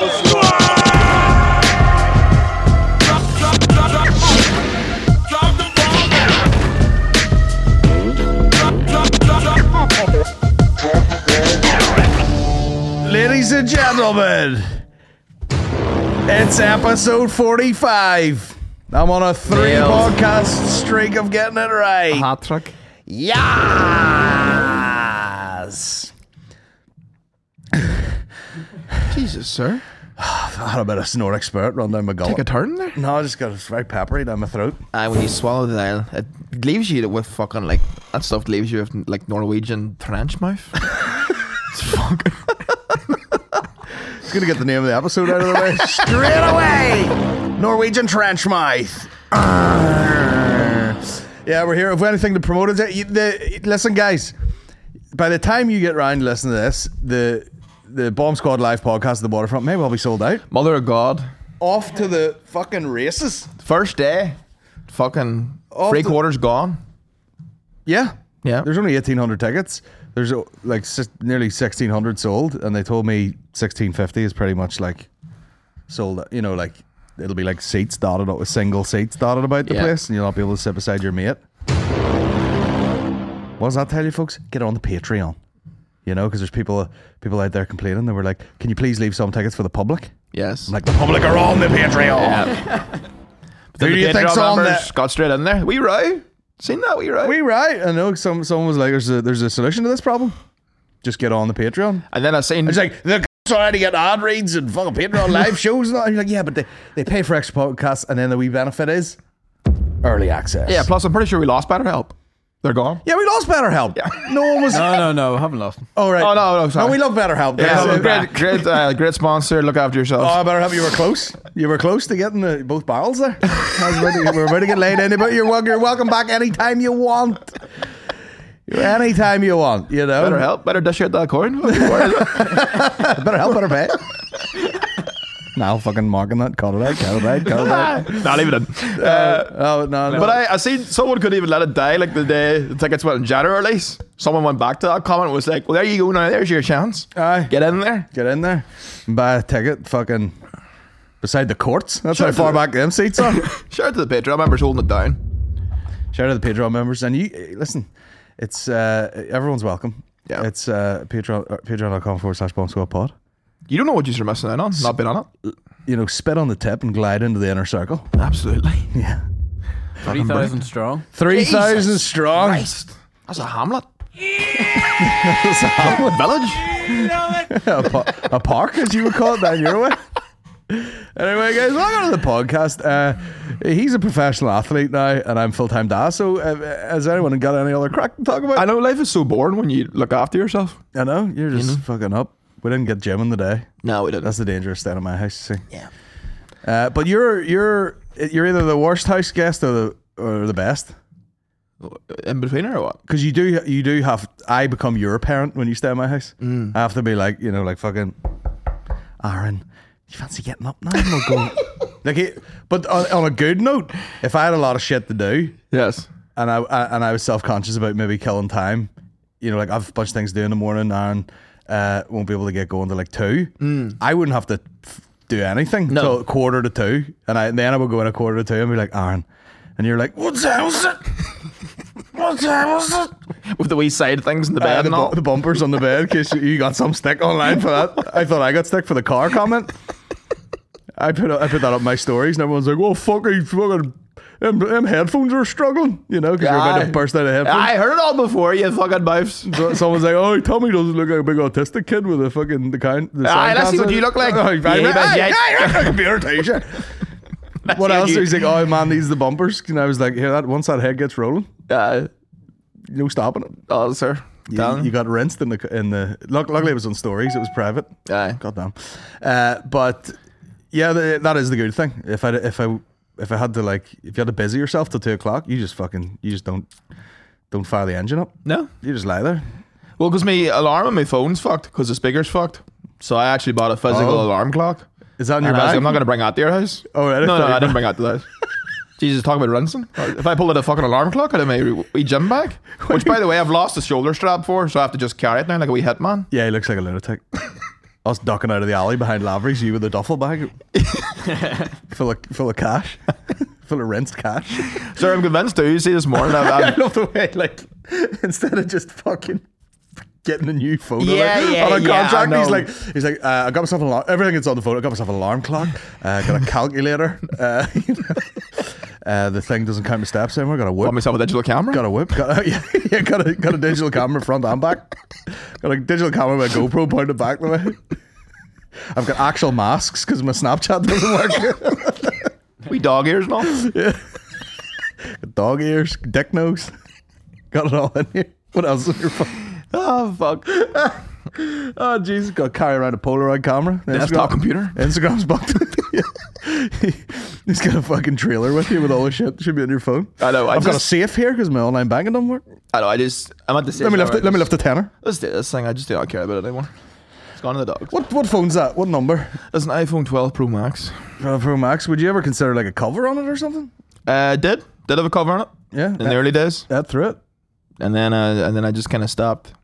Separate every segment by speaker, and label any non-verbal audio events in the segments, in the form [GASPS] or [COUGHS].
Speaker 1: the floor.
Speaker 2: Ladies and gentlemen, it's episode 45. I'm on a three
Speaker 3: Nailed.
Speaker 2: podcast streak of getting it right.
Speaker 3: Hat trick.
Speaker 2: Yes!
Speaker 3: Jesus, sir.
Speaker 2: I had a bit of snort expert run down my gullet.
Speaker 3: Take a turn there.
Speaker 2: no, I just got it's very peppery down my throat.
Speaker 3: Aye, Uh, when you swallow the Nile, it leaves you with fucking like that stuff leaves you with like Norwegian trench mouth. it's fucking
Speaker 2: It's gonna get the name of the episode out of the [LAUGHS] way straight away. Norwegian trench mouth. Arrgh. Yeah, we're here. If we have anything to promote, is it? you- The, listen, guys. By the time you get round to listening to this, the the Bomb Squad live podcast at the waterfront may well be sold out.
Speaker 3: mother of God.
Speaker 2: Off to the fucking races.
Speaker 3: First day, fucking
Speaker 2: Off
Speaker 3: three
Speaker 2: the-
Speaker 3: quarters gone.
Speaker 2: Yeah.
Speaker 3: Yeah.
Speaker 2: There's only 1,800 tickets. There's uh, like si- nearly 1,600 sold, and they told me 1,650 is pretty much like sold. out. You know, like it'll be like seats dotted up with single seats dotted about the
Speaker 3: Yeah.
Speaker 2: place, and you'll not be able to sit beside your mate. What does that tell you, folks? Get on the Patreon. You know, because there's people people out there complaining. They were like, "Can you please leave some tickets for the public?"
Speaker 3: Yes.
Speaker 2: I'm like, "The public are on the Patreon."
Speaker 3: Then
Speaker 2: Who do you
Speaker 3: Patreon
Speaker 2: think's on
Speaker 3: members
Speaker 2: the-
Speaker 3: Got straight in there. We row. Seen that we row.
Speaker 2: We right? I know some someone was like, "There's a there's a solution to this problem. Just get on the Patreon."
Speaker 3: and then I seen
Speaker 2: It's like the c- already get ad reads and fucking Patreon live shows and all. And you're like, yeah, but they, they pay for extra podcasts, and then the wee benefit is early access.
Speaker 3: yeah. Plus, I'm pretty sure we lost BetterHelp. They're gone.
Speaker 2: yeah, we lost BetterHelp. No
Speaker 3: [LAUGHS]
Speaker 2: one was.
Speaker 4: No, no, no, I haven't lost.
Speaker 2: oh right.
Speaker 3: Oh, no, no, sorry.
Speaker 2: And we love BetterHelp.
Speaker 3: Yeah,
Speaker 2: That's it.
Speaker 3: great, great, uh, great sponsor. Look after yourselves.
Speaker 2: Oh, BetterHelp, you were close. You were close to getting the, both barrels there. I was about to, we were about to get laid in, but you're, wel- you're welcome back anytime you want. Anytime you want, you know.
Speaker 3: better help. Better dish out that coin. Where
Speaker 2: Better help, better [LAUGHS] pay. now fucking marking that. Cut it out, cut it out, cut it out.
Speaker 3: [LAUGHS]
Speaker 2: [LAUGHS]
Speaker 3: is it? nah, leave it in. Uh,
Speaker 2: Oh, no, no.
Speaker 3: But I, I seen someone couldn't even let it die. Like the day the tickets went in January release, someone went back to that comment and was like, "Well, there you go. Now there's your chance.
Speaker 2: Aye.
Speaker 3: Get in there."
Speaker 2: Get in there and buy a ticket fucking beside the courts. That's how
Speaker 3: Sure.
Speaker 2: far back them seats are.
Speaker 3: Shout out to the Patreon members holding it down.
Speaker 2: Shout out to the Patreon members. And you eh, listen, it's uh, everyone's welcome.
Speaker 3: Yeah.
Speaker 2: It's uh, Patreon, uh, patreon.com forward slash bomb squad pod.
Speaker 3: You don't know what you're missing out on. Not been on it.
Speaker 2: You know, spit on the tip and glide into the inner circle. [LAUGHS]
Speaker 3: Absolutely.
Speaker 2: Yeah.
Speaker 4: 3,000 strong.
Speaker 2: 3,000 strong.
Speaker 3: Christ. That's a Hamlet
Speaker 2: It's a [LAUGHS] hamlet.
Speaker 3: village.
Speaker 2: a, pa- a park, as you would call it down your way. Anyway, guys, welcome to the podcast. Uh, he's a professional athlete now, and I'm full time dad. So, uh, has anyone got any other crack to talk about?
Speaker 3: I know life is so boring when you look after yourself.
Speaker 2: I know you're just fucking up. We didn't get Jim in the day.
Speaker 3: No, we didn't.
Speaker 2: That's the dangerous state of my house. you See.
Speaker 3: Yeah.
Speaker 2: Uh, but you're you're you're either the worst house guest or the or the best
Speaker 3: in between or what?
Speaker 2: because you do you do have I become your parent when you stay at my house. I have to be like you know like fucking Aaron. You fancy getting up now? I'm not going. like, he, but on, on a good note, if I had a lot of shit to do
Speaker 3: Yes.
Speaker 2: and I, I and I was self conscious about maybe killing time. You know, like I've a bunch of things to do in the morning, and uh, won't be able to get going till like two. I wouldn't have to f- do anything
Speaker 3: No.
Speaker 2: till quarter to two, and, I, then I would go in a quarter to two and be like, Aaron, and you're like, what time was it? What time was it?
Speaker 3: With the wee side things in the
Speaker 2: Uh,
Speaker 3: bed
Speaker 2: the,
Speaker 3: and
Speaker 2: bu-
Speaker 3: all.
Speaker 2: the bumpers on the bed, in case you- you got some stick online for that. I thought I got stick for the car comment. I put I put that up my stories, and everyone's like, "Well, fucking fucking." Them, them headphones are struggling, you know, because you're about
Speaker 3: Aye.
Speaker 2: to burst out of headphones.
Speaker 3: I heard it all before, you fucking mouths.
Speaker 2: So- Someone's like, "Oh, Tommy doesn't look like a big autistic kid with a fucking the kind." The
Speaker 3: Aye,
Speaker 2: sound
Speaker 3: let's see what
Speaker 2: cancer."
Speaker 3: you look like.
Speaker 2: Oh, right,
Speaker 3: Yeah,
Speaker 2: right,
Speaker 3: that's
Speaker 2: aye,
Speaker 3: right.
Speaker 2: aye, aye, computer
Speaker 3: [LAUGHS]
Speaker 2: teacher. [LAUGHS] What
Speaker 3: what
Speaker 2: else?
Speaker 3: [LAUGHS] you-
Speaker 2: He's like, "Oh man, these are the bumpers." And I was like, "Here, that once that head gets rolling,
Speaker 3: Uh,
Speaker 2: no stopping it."
Speaker 3: oh, sir.
Speaker 2: You, you got rinsed in the in the. luck- Luckily, it was on stories. It was private.
Speaker 3: Aye.
Speaker 2: Goddamn. Uh, but yeah, the, that is the good thing. If I if I if I had to like if you had to busy yourself till two o'clock, you just fucking you just don't don't fire the engine up.
Speaker 3: No.
Speaker 2: You just lie there.
Speaker 3: Well, because my alarm on my phone's fucked because the speaker's fucked. So I actually bought a physical
Speaker 2: Oh.
Speaker 3: alarm clock.
Speaker 2: Is that in your
Speaker 3: And I was like,
Speaker 2: bag?
Speaker 3: I'm not going to bring that to your house.
Speaker 2: Oh, right, I
Speaker 3: no, no,
Speaker 2: thought you
Speaker 3: I didn't bring that
Speaker 2: [LAUGHS]
Speaker 3: to the house. Jesus, talk about Rinson. If I pulled out a fucking alarm clock out of my wee
Speaker 2: [LAUGHS]
Speaker 3: gym bag, which by the way, I've lost the shoulder strap for, so I have to just carry it now like a wee hitman. [LAUGHS]
Speaker 2: Yeah, he looks like a lunatic. Us ducking out of the alley behind Lavery's, you with a duffel
Speaker 3: [LAUGHS]
Speaker 2: bag full of full of cash, full of rinsed cash.
Speaker 3: Sir, I'm convinced too. You see this morning, I've,
Speaker 2: [LAUGHS] I
Speaker 3: I've,
Speaker 2: love the way, like, [LAUGHS] instead of just fucking getting a new phone
Speaker 3: Yeah,
Speaker 2: on, it-
Speaker 3: yeah,
Speaker 2: on a
Speaker 3: yeah, I
Speaker 2: contract, he's
Speaker 3: know.
Speaker 2: like, he's like, uh, I got myself an alarm. Everything that's on the phone, I got myself an alarm clock. Uh, got a calculator. [LAUGHS] Uh, you know, uh, the thing doesn't count my steps anymore. Got a
Speaker 3: got
Speaker 2: whip.
Speaker 3: myself a digital camera.
Speaker 2: Got a whip. Got a, [LAUGHS] yeah, yeah, got a got a digital camera front and back. Got a digital camera with a GoPro pointed back the way. [LAUGHS] I've got actual masks because my Snapchat doesn't work.
Speaker 3: we dog ears and all.
Speaker 2: Dog ears, dick nose. [LAUGHS] Got it all in here. What else is in your phone?
Speaker 3: [LAUGHS] Oh fuck!
Speaker 2: [LAUGHS] Oh Jesus! Got to carry around a Polaroid camera,
Speaker 3: Desktop computer.
Speaker 2: [LAUGHS] Instagram's bugged. [LAUGHS] He's got a fucking trailer with you with all the shit. that Should be on your phone.
Speaker 3: I know, I
Speaker 2: I've got a
Speaker 3: just-
Speaker 2: safe here because my online banking don't work.
Speaker 3: I know. I just I'm at the same.
Speaker 2: Let me lift. it- Let me lift the tenner.
Speaker 3: Let's do this thing. I just do not care about it anymore. It's gone to the dogs.
Speaker 2: What what phone's that? What number?
Speaker 3: There's an iPhone 12 Pro Max.
Speaker 2: Uh, Pro Max. Would you ever consider like a cover on it or something?
Speaker 3: Uh, did did have a cover on it
Speaker 2: Yeah.
Speaker 3: in the
Speaker 2: That,
Speaker 3: early days,
Speaker 2: that through it.
Speaker 3: and then uh, and then I just kind of stopped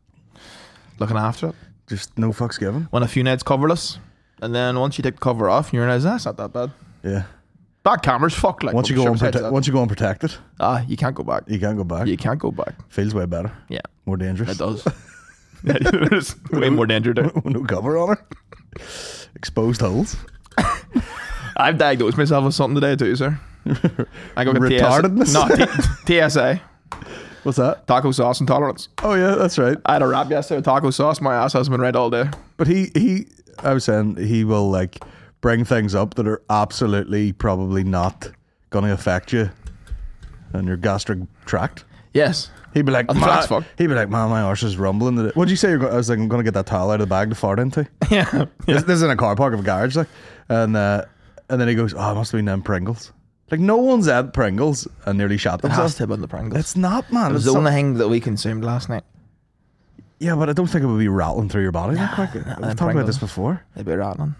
Speaker 3: looking after it.
Speaker 2: Just no fucks given.
Speaker 3: Went a few nights coverless, and then once you take the cover off, you realize that's not that bad.
Speaker 2: Yeah.
Speaker 3: That camera's fucked. Like
Speaker 2: Once you
Speaker 3: I'm
Speaker 2: go
Speaker 3: sure besides
Speaker 2: unprote-
Speaker 3: that.
Speaker 2: once you go unprotected,
Speaker 3: ah, you can't go back.
Speaker 2: you can't go back.
Speaker 3: You can't go back.
Speaker 2: Feels way better.
Speaker 3: Yeah,
Speaker 2: More dangerous. [LAUGHS]
Speaker 3: it does. [LAUGHS] It's way more danger there.
Speaker 2: no cover on it. Exposed holes.
Speaker 3: I've diagnosed myself with something today too, sir. I got
Speaker 2: Retardedness? [LAUGHS]
Speaker 3: TSA. No, T- TSA.
Speaker 2: What's that?
Speaker 3: Taco sauce intolerance.
Speaker 2: Oh yeah, that's right.
Speaker 3: I had a wrap yesterday with taco sauce. My ass has been red all day.
Speaker 2: But he he I was saying he will like bring things up that are absolutely probably not gonna affect you and your gastric tract.
Speaker 3: Yes.
Speaker 2: He'd be like,
Speaker 3: That's
Speaker 2: "Ma-"
Speaker 3: facts, fuck.
Speaker 2: he'd be like, man, my arse is rumbling. today." What'd you say? You're go- I was like, I'm gonna get that towel out of the bag to fart into.
Speaker 3: [LAUGHS] Yeah.
Speaker 2: This, this is in a car park of a garage, like, and uh, and then he goes, oh, it must have been them Pringles. Like no one's had Pringles and nearly shot
Speaker 3: Has
Speaker 2: themselves.
Speaker 3: to have been the Pringles.
Speaker 2: It's not, man. It's
Speaker 3: the
Speaker 2: some-
Speaker 3: only thing that we consumed last night.
Speaker 2: yeah, but I don't think it would be rattling through your body that quick. We've
Speaker 3: them
Speaker 2: talked about this
Speaker 3: Pringles.
Speaker 2: before.
Speaker 3: They'd be rattling.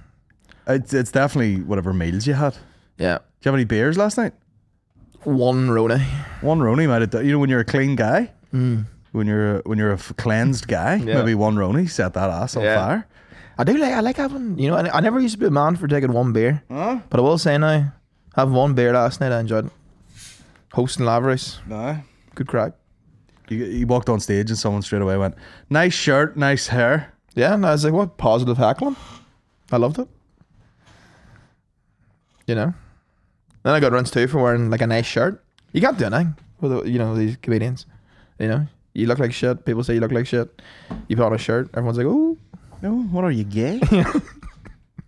Speaker 2: It's, it's definitely whatever meals you had.
Speaker 3: Yeah.
Speaker 2: Do you have any beers last night?
Speaker 3: One Rona.
Speaker 2: One Roni might have done. You know, when you're a clean guy, when you're a, when you're a f- cleansed guy,
Speaker 3: Mm. Yeah.
Speaker 2: maybe one Roni set that ass on
Speaker 3: Yeah.
Speaker 2: fire.
Speaker 3: I do like I like having you know, I, I never used to be a man for taking one beer. But I will say now, having one beer last night I enjoyed it. Hosting Laveries.
Speaker 2: No.
Speaker 3: Good crack.
Speaker 2: You, you walked on stage and someone straight away went, "Nice shirt, nice hair."
Speaker 3: Yeah, and I was like, what? Positive heckling? I loved it. You know? Then I got rinsed too for wearing like a nice shirt. You can't do anything with, uh, you know, these comedians. You know? You look like shit. People say you look like shit. You put on a shirt. Everyone's like, ooh.
Speaker 2: No, what are you
Speaker 3: [LAUGHS]
Speaker 2: gay?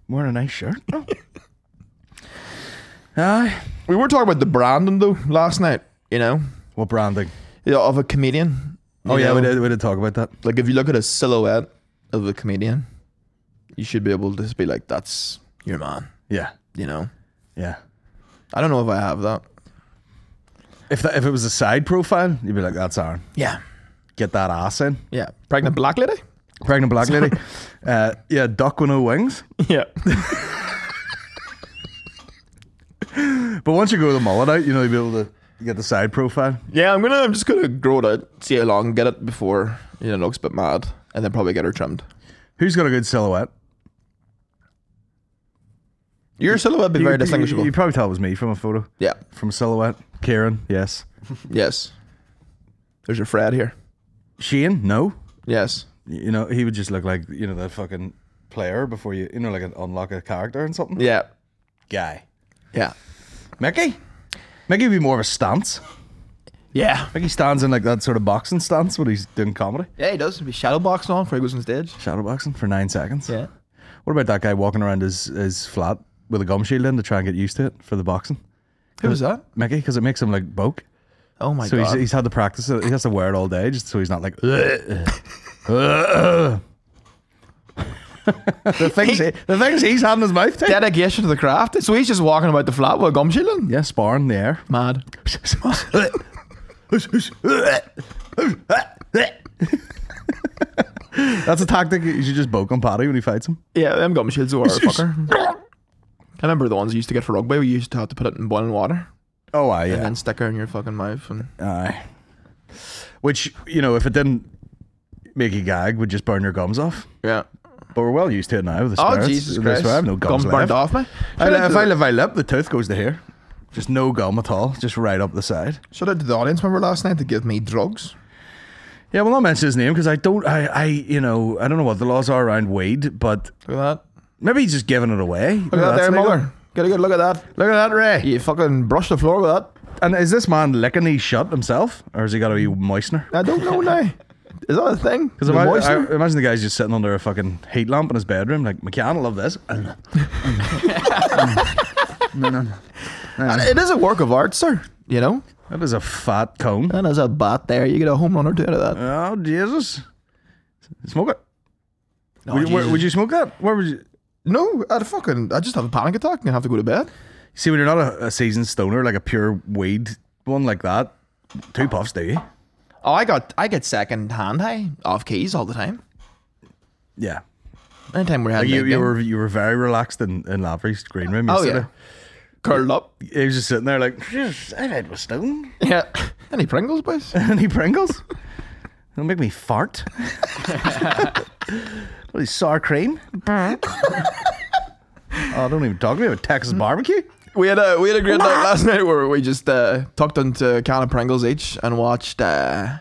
Speaker 2: Wearing a nice shirt. No. Aye.
Speaker 3: We were talking about the branding though last night, you know,
Speaker 2: What branding?
Speaker 3: you know, of a comedian.
Speaker 2: Oh
Speaker 3: You
Speaker 2: yeah,
Speaker 3: know?
Speaker 2: we did, we did talk about that.
Speaker 3: Like if you look at a silhouette of a comedian, you should be able to just be like, that's your man,
Speaker 2: Yeah,
Speaker 3: you know?
Speaker 2: yeah.
Speaker 3: I don't know if I have that.
Speaker 2: If that, if it was a side profile, you'd be like, "That's Aaron.
Speaker 3: Yeah.
Speaker 2: Get that ass in."
Speaker 3: Yeah. Pregnant black lady?
Speaker 2: [LAUGHS] Pregnant black
Speaker 3: [LAUGHS]
Speaker 2: lady. uh, yeah, duck with no wings.
Speaker 3: Yeah.
Speaker 2: But once you go the mullet out, you know you'll be able to get the side profile.
Speaker 3: [LAUGHS] Yeah, I'm gonna. I'm just gonna grow it out, see how long, get it before you know it looks a bit mad, and then probably get her trimmed.
Speaker 2: Who's got a good silhouette?
Speaker 3: Your silhouette would be
Speaker 2: You-
Speaker 3: very
Speaker 2: you-
Speaker 3: distinguishable.
Speaker 2: You, probably tell it was me from a photo,
Speaker 3: yeah.
Speaker 2: from a silhouette. Karen, yes.
Speaker 3: Yes. There's your Fred here.
Speaker 2: Shane, no.
Speaker 3: Yes.
Speaker 2: You know he would just look like you know that fucking player before you you know like an, unlock a character and something.
Speaker 3: Yeah.
Speaker 2: Guy.
Speaker 3: Yeah.
Speaker 2: Mickey. Mickey would be more of a stance.
Speaker 3: Yeah.
Speaker 2: Mickey stands in like that sort of boxing stance when he's doing comedy.
Speaker 3: Yeah, he does. He'd be shadow boxing on before he goes on stage.
Speaker 2: Shadow boxing for nine seconds. What about that guy walking around his, his flat with a gum shield in to try and get used to it for the boxing?
Speaker 3: Who was that?
Speaker 2: Mickey, because it makes him like boke.
Speaker 3: Oh my
Speaker 2: So he's,
Speaker 3: god.
Speaker 2: he's had the practice. Of, he has to wear it all day, just so he's not like. the things he, the things he's had in his mouth. Too.
Speaker 3: Dedication to the craft. So he's just walking about the flat with a gum shield on?
Speaker 2: Yeah, spar in the air.
Speaker 3: Mad.
Speaker 2: That's a tactic. You should just boke on Paddy when he fights him.
Speaker 3: Yeah, them gum shields were a fucker. I remember the ones you used to get for rugby. We used to have to put it in boiling water
Speaker 2: Oh, aye,
Speaker 3: and
Speaker 2: yeah,
Speaker 3: then stick her in your fucking mouth. And
Speaker 2: aye. Which you know, if it didn't make you gag, would just burn your gums off.
Speaker 3: yeah,
Speaker 2: But we're well used to it now with the
Speaker 3: Oh
Speaker 2: spirits.
Speaker 3: Jesus
Speaker 2: That's
Speaker 3: Christ!
Speaker 2: why I have no gums
Speaker 3: Gums
Speaker 2: left.
Speaker 3: burned off me.
Speaker 2: I,
Speaker 3: Shout out
Speaker 2: if
Speaker 3: to
Speaker 2: I
Speaker 3: the-
Speaker 2: live, I lip. The tooth goes to here. Just no gum at all. Just right up the side.
Speaker 3: Shout out to the audience member last night to give me drugs.
Speaker 2: Yeah, well, I'll mention his name because I don't. I, I, you know, I don't know what the laws are around weed, but
Speaker 3: Look at that.
Speaker 2: maybe he's just giving it away.
Speaker 3: Look at that
Speaker 2: That's
Speaker 3: there,
Speaker 2: legal.
Speaker 3: mother. Get a good look at that.
Speaker 2: Look at that, Ray.
Speaker 3: You fucking brush the floor with that.
Speaker 2: And is this man licking his shut himself, or has he got a wee moistener?
Speaker 3: I don't know now. [LAUGHS] Is that a thing?
Speaker 2: Because
Speaker 3: The
Speaker 2: I,
Speaker 3: moistener?
Speaker 2: I imagine the guy's just sitting under a fucking heat lamp in his bedroom, like McCann. I love this.
Speaker 4: No, no, no.
Speaker 3: And it is a work of art, sir. You know,
Speaker 2: That is a fat cone.
Speaker 3: that is a bat there. You get a home run or two out of that.
Speaker 2: Oh Jesus! Smoke it.
Speaker 3: Oh,
Speaker 2: would, you, where-
Speaker 3: Jesus.
Speaker 2: would you smoke that? Where would you?
Speaker 3: No, I'd fucking. I just have a panic attack and have to go to bed.
Speaker 2: See, when you're not a, a seasoned stoner, like a pure weed one like that, two puffs do you?
Speaker 3: Oh, I got. I get second hand high off keys all the time.
Speaker 2: Yeah.
Speaker 3: Anytime we're
Speaker 2: Like
Speaker 3: having
Speaker 2: you,
Speaker 3: a
Speaker 2: you
Speaker 3: game,
Speaker 2: were you were very relaxed in, in Lavery's green room.
Speaker 3: Oh
Speaker 2: yesterday.
Speaker 3: yeah, curled up.
Speaker 2: He was just sitting there like, "Jeez, I've had with stone. [LAUGHS]
Speaker 3: Yeah. [LAUGHS] Any Pringles, boys?
Speaker 2: Any Pringles? It'll make me fart. [LAUGHS] what is sour cream?
Speaker 3: [LAUGHS]
Speaker 2: oh, don't even talk to me about Texas barbecue.
Speaker 3: [LAUGHS] We had a we had a great night last night where we just uh, tucked into a can of Pringles each and watched uh,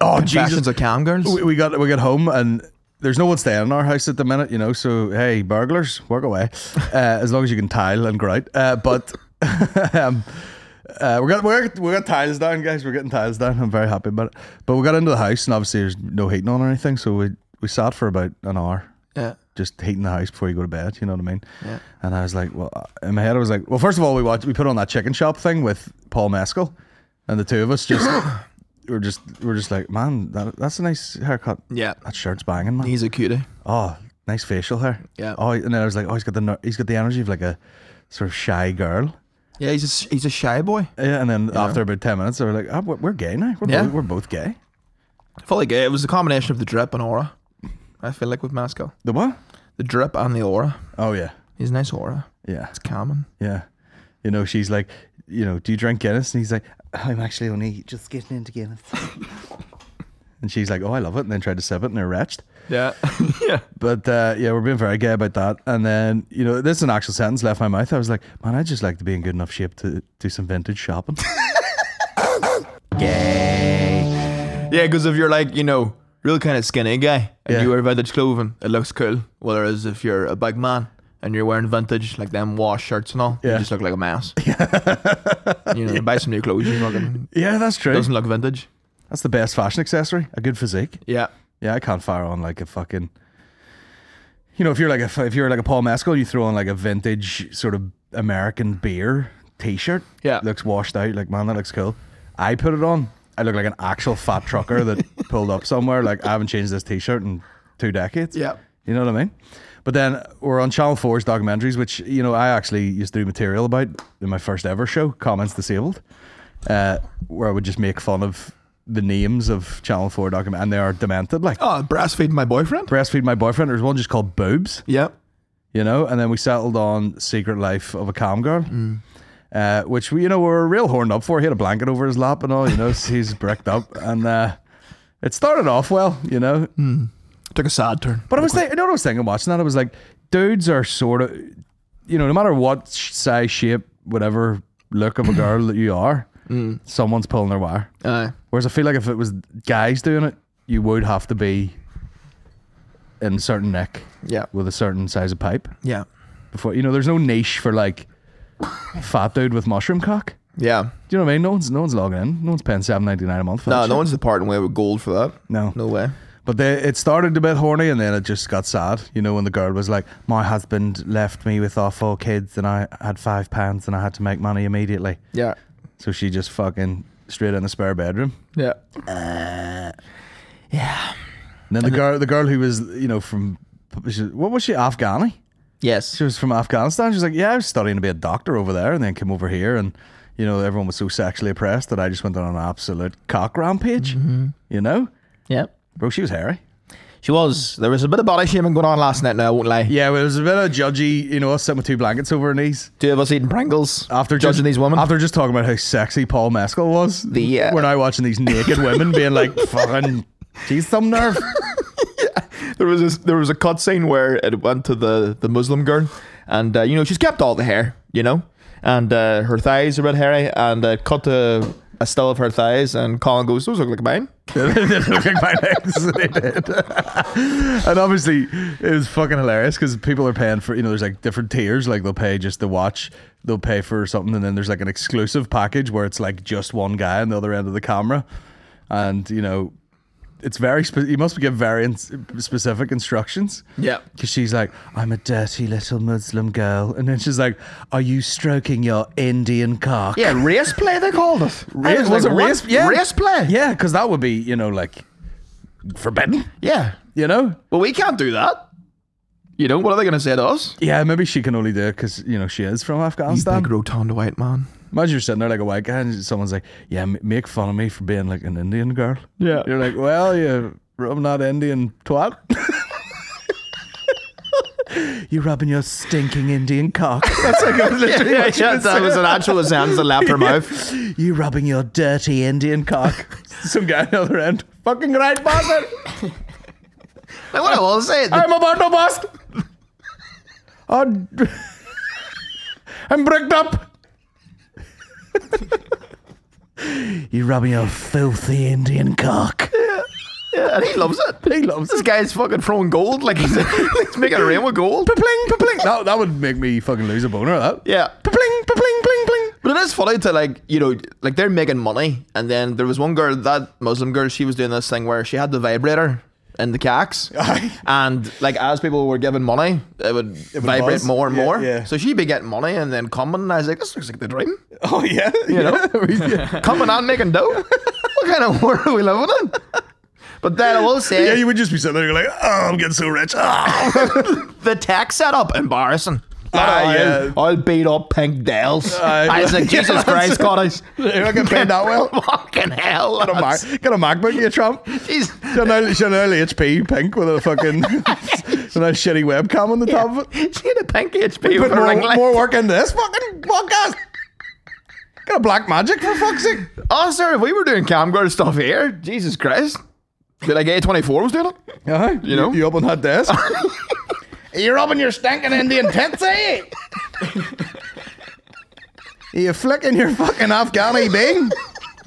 Speaker 2: Oh,
Speaker 3: Confessions of Cam Girls.
Speaker 2: We, we got we got home and there's no one staying in our house at the minute, you know. So hey, burglars, work away uh, as long as you can tile and grout. Uh, but [LAUGHS] um, uh, we got we got we got tiles down, guys. We're getting tiles down. I'm very happy about it. But we got into the house and obviously there's no heating on or anything, so we we sat for about an hour
Speaker 3: yeah.
Speaker 2: just heating the house before you go to bed. You know what I mean?
Speaker 3: Yeah.
Speaker 2: And I was like, well, uh, in my head, I was like, well, first of all, we watched, we put on that chicken shop thing with Paul Mescal, and the two of us
Speaker 3: [COUGHS]
Speaker 2: just were just we're just like, man, that, that's a nice haircut.
Speaker 3: Yeah.
Speaker 2: That shirt's banging, man.
Speaker 3: He's a cutie.
Speaker 2: oh, nice facial hair.
Speaker 3: Yeah.
Speaker 2: Oh, and then I was like, oh, he's got the ner- he's got the energy of like a sort of shy girl.
Speaker 3: Yeah, he's a, he's a shy boy.
Speaker 2: Yeah. And then after about ten minutes, they were like, oh, we're, we're gay now. We're,
Speaker 3: Yeah.
Speaker 2: both, we're both gay.
Speaker 3: I felt like it was a combination of the drip and aura. I feel like with Masco.
Speaker 2: The what?
Speaker 3: The drip and the aura.
Speaker 2: Oh yeah,
Speaker 3: He's a nice aura.
Speaker 2: yeah.
Speaker 3: It's calming.
Speaker 2: Yeah. You know, she's like, you know, do you drink Guinness? And he's like, I'm actually only just getting into Guinness. [LAUGHS] and she's like, oh, I love it. And then tried to sip it and they're wretched.
Speaker 3: Yeah. [LAUGHS] yeah.
Speaker 2: But uh, yeah, we're being very gay about that. And then, you know, this is an actual sentence left my mouth. I was like, man, I'd just like to be in good enough shape to do some vintage shopping. [LAUGHS] gay.
Speaker 3: Yeah, because if you're like, you know, real kind of skinny guy and
Speaker 2: Yeah.
Speaker 3: you wear vintage clothing, it looks cool. Whereas if you're a big man and you're wearing vintage, like them wash shirts and all,
Speaker 2: Yeah.
Speaker 3: you just look like a [LAUGHS] mess. you know, buy some new clothes, you [LAUGHS] fucking
Speaker 2: Yeah, that's true.
Speaker 3: doesn't look vintage.
Speaker 2: That's the best fashion accessory. A good physique.
Speaker 3: Yeah.
Speaker 2: Yeah, I can't fire on like a fucking. You know, if you're like a if you're like a Paul Mescal, you throw on like a vintage sort of American beer T-shirt.
Speaker 3: Yeah.
Speaker 2: looks washed out. Like man, that looks cool. I put it on. I look like an actual fat trucker that pulled up somewhere. Like I haven't changed this T-shirt in two decades.
Speaker 3: Yeah.
Speaker 2: You know what I mean? But then we're on Channel 4's documentaries, which, you know, I actually used to do material about in my first ever show, Comments Disabled, uh, where I would just make fun of the names of Channel 4 document, and they are demented. Like,
Speaker 3: Oh, breastfeed my boyfriend?
Speaker 2: breastfeed my boyfriend. There's one just called boobs,
Speaker 3: Yeah.
Speaker 2: you know, and then we settled on Secret Life of a Cam Girl,
Speaker 3: Mm.
Speaker 2: uh, which we, you know, we were real horned up for. He had a blanket over his lap and all, you know, [LAUGHS] so he's bricked up, and uh, it started off well, you know.
Speaker 3: Took a sad turn.
Speaker 2: But I was thinking, you know what I was thinking watching that? I was like, dudes are sort of, you know, no matter what sh- size, shape, whatever look of a girl that you are, someone's pulling their wire.
Speaker 3: Aye.
Speaker 2: Whereas I feel like if it was guys doing it, you would have to be in a certain neck
Speaker 3: yeah.
Speaker 2: with a certain size of pipe
Speaker 3: Yeah.
Speaker 2: before, you know, there's no niche for like fat dude with mushroom cock.
Speaker 3: Yeah.
Speaker 2: Do you know what I mean? No one's no one's logging in. No one's paying seven ninety nine a month for
Speaker 3: No,
Speaker 2: that
Speaker 3: no
Speaker 2: shit.
Speaker 3: one's departing away with gold for that.
Speaker 2: No.
Speaker 3: No way.
Speaker 2: But they, it started a bit horny and then it just got sad, you know, when the girl was like, My husband left me with our four kids and I had five pounds and I had to make money immediately.
Speaker 3: Yeah.
Speaker 2: So she just fucking straight in the spare bedroom.
Speaker 3: Yeah.
Speaker 2: And then the girl, the girl who was, you know, from, she- what was she, Afghani?
Speaker 3: Yes.
Speaker 2: She was from Afghanistan. She was like, Yeah, I was studying to be a doctor over there and then came over here and, you know, everyone was so sexually oppressed that I just went on an absolute cock rampage, you know?
Speaker 3: Yeah.
Speaker 2: Bro, she was hairy.
Speaker 3: She was. There was a bit of body shaming going on last night, now I won't lie.
Speaker 2: Yeah, well, it was a bit of judgy, you know, us sitting with two blankets over her knees.
Speaker 3: Two of us eating Pringles.
Speaker 2: after
Speaker 3: judging
Speaker 2: just,
Speaker 3: these women.
Speaker 2: after just talking about how sexy Paul Mescal was.
Speaker 3: The, uh, [LAUGHS]
Speaker 2: we're now watching these naked women being like, "Fucking, she's some nerve."
Speaker 3: there was this, there was a cut scene where it went to the the Muslim girl, and uh, you know she's kept all the hair, you know, and uh, her thighs are a bit hairy, and uh, cut to a still of her thighs, and Colin goes, "Those look like mine."
Speaker 2: It looked like my legs. They did. and obviously, it was fucking hilarious because people are paying for, you know, there's like different tiers. Like they'll pay just the watch, they'll pay for something, and then there's like an exclusive package where it's like just one guy on the other end of the camera. And, you know, it's very, spe- you must give very in- specific instructions.
Speaker 3: Yeah.
Speaker 2: Because she's like, I'm a dirty little Muslim girl. And then she's like, Are you stroking your Indian cock?
Speaker 3: Yeah, race play they called [LAUGHS] it.
Speaker 2: Race-
Speaker 3: I
Speaker 2: was
Speaker 3: like,
Speaker 2: it
Speaker 3: what?
Speaker 2: race- yeah.
Speaker 3: race play.
Speaker 2: Yeah, because that would be, you know, like forbidden,
Speaker 3: yeah.
Speaker 2: you know?
Speaker 3: Well, we can't do that. You know what are they going to say to us?
Speaker 2: Yeah, maybe she can only do it because you know she is from Afghanistan.
Speaker 3: rotund white man.
Speaker 2: Imagine you're sitting there like a white guy, and someone's like, "Yeah, m- make fun of me for being like an Indian girl."
Speaker 3: Yeah.
Speaker 2: You're like, "Well, you, I'm not Indian
Speaker 3: [LAUGHS]
Speaker 2: twat." [LAUGHS] You're rubbing your stinking Indian cock. [LAUGHS] That's like
Speaker 3: [LAUGHS]
Speaker 2: a literally
Speaker 3: [LAUGHS] yeah,
Speaker 2: what she
Speaker 3: yeah,
Speaker 2: would
Speaker 3: that
Speaker 2: say.
Speaker 3: was an actual sound that left her [LAUGHS] mouth.
Speaker 2: You rubbing your dirty Indian cock. [LAUGHS] Some guy on the other end. Fucking right, bastard.
Speaker 3: Like, what I will say,
Speaker 2: [LAUGHS]
Speaker 3: the
Speaker 2: I'm about to bust. [LAUGHS] Oh, I'm bricked up. [LAUGHS] you rubbing your filthy Indian [LAUGHS] cock.
Speaker 3: Yeah, and he loves it.
Speaker 2: He loves
Speaker 3: This guy's fucking throwing gold like he's, [LAUGHS] he's making it rain with gold.
Speaker 2: Pling, pling. That, that would make me fucking lose a boner. That.
Speaker 3: Yeah.
Speaker 2: Pling, pling, pling, pling.
Speaker 3: But it is funny to like, you know, like they're making money. And then there was one girl, that Muslim girl, she was doing this thing where she had the vibrator in the cacks.
Speaker 2: [LAUGHS] Aye.
Speaker 3: and like as people were giving money, it would, vibrate
Speaker 2: buzz.
Speaker 3: more and
Speaker 2: Yeah,
Speaker 3: more.
Speaker 2: yeah.
Speaker 3: So she'd be getting money and then coming. And I was like, this looks like the dream.
Speaker 2: Oh yeah. [LAUGHS] You
Speaker 3: know?
Speaker 2: [LAUGHS] yeah.
Speaker 3: Coming on making dough. what kind of [LAUGHS] world are we living in? But then I will say,
Speaker 2: Yeah, you would just be sitting there, you're like, oh, I'm getting so rich. [LAUGHS] Ah.
Speaker 3: the tech setup embarrassing.
Speaker 2: Ah,
Speaker 3: I'll,
Speaker 2: yeah.
Speaker 3: I'll beat up Pink Dells.
Speaker 2: Aye.
Speaker 3: I was like, [LAUGHS]
Speaker 2: Yeah,
Speaker 3: Jesus
Speaker 2: that's
Speaker 3: Christ,
Speaker 2: it.
Speaker 3: [LAUGHS] Scottish.
Speaker 2: You're not getting paid that well.
Speaker 3: [LAUGHS] Fucking hell.
Speaker 2: Got a,
Speaker 3: lads.
Speaker 2: Mac, got a MacBook, you Trump.
Speaker 3: Jeez.
Speaker 2: She's an early, she's an early HP pink with a [LAUGHS] fucking with a shitty webcam on the top of it.
Speaker 3: [LAUGHS] She had a pink HP
Speaker 2: Put
Speaker 3: with a
Speaker 2: more,
Speaker 3: ring
Speaker 2: [LAUGHS]
Speaker 3: light.
Speaker 2: more work into this fucking podcast. Got a black magic for fuck's sake.
Speaker 3: Oh, sir, if we were doing cam girl stuff here, Jesus Christ. Did like A24 was doing it?
Speaker 2: Uh-huh. You
Speaker 3: know?
Speaker 2: you, up on that desk? [LAUGHS] You're up on your stinking Indian tits, eh? you flicking your fucking Afghani [LAUGHS] bean?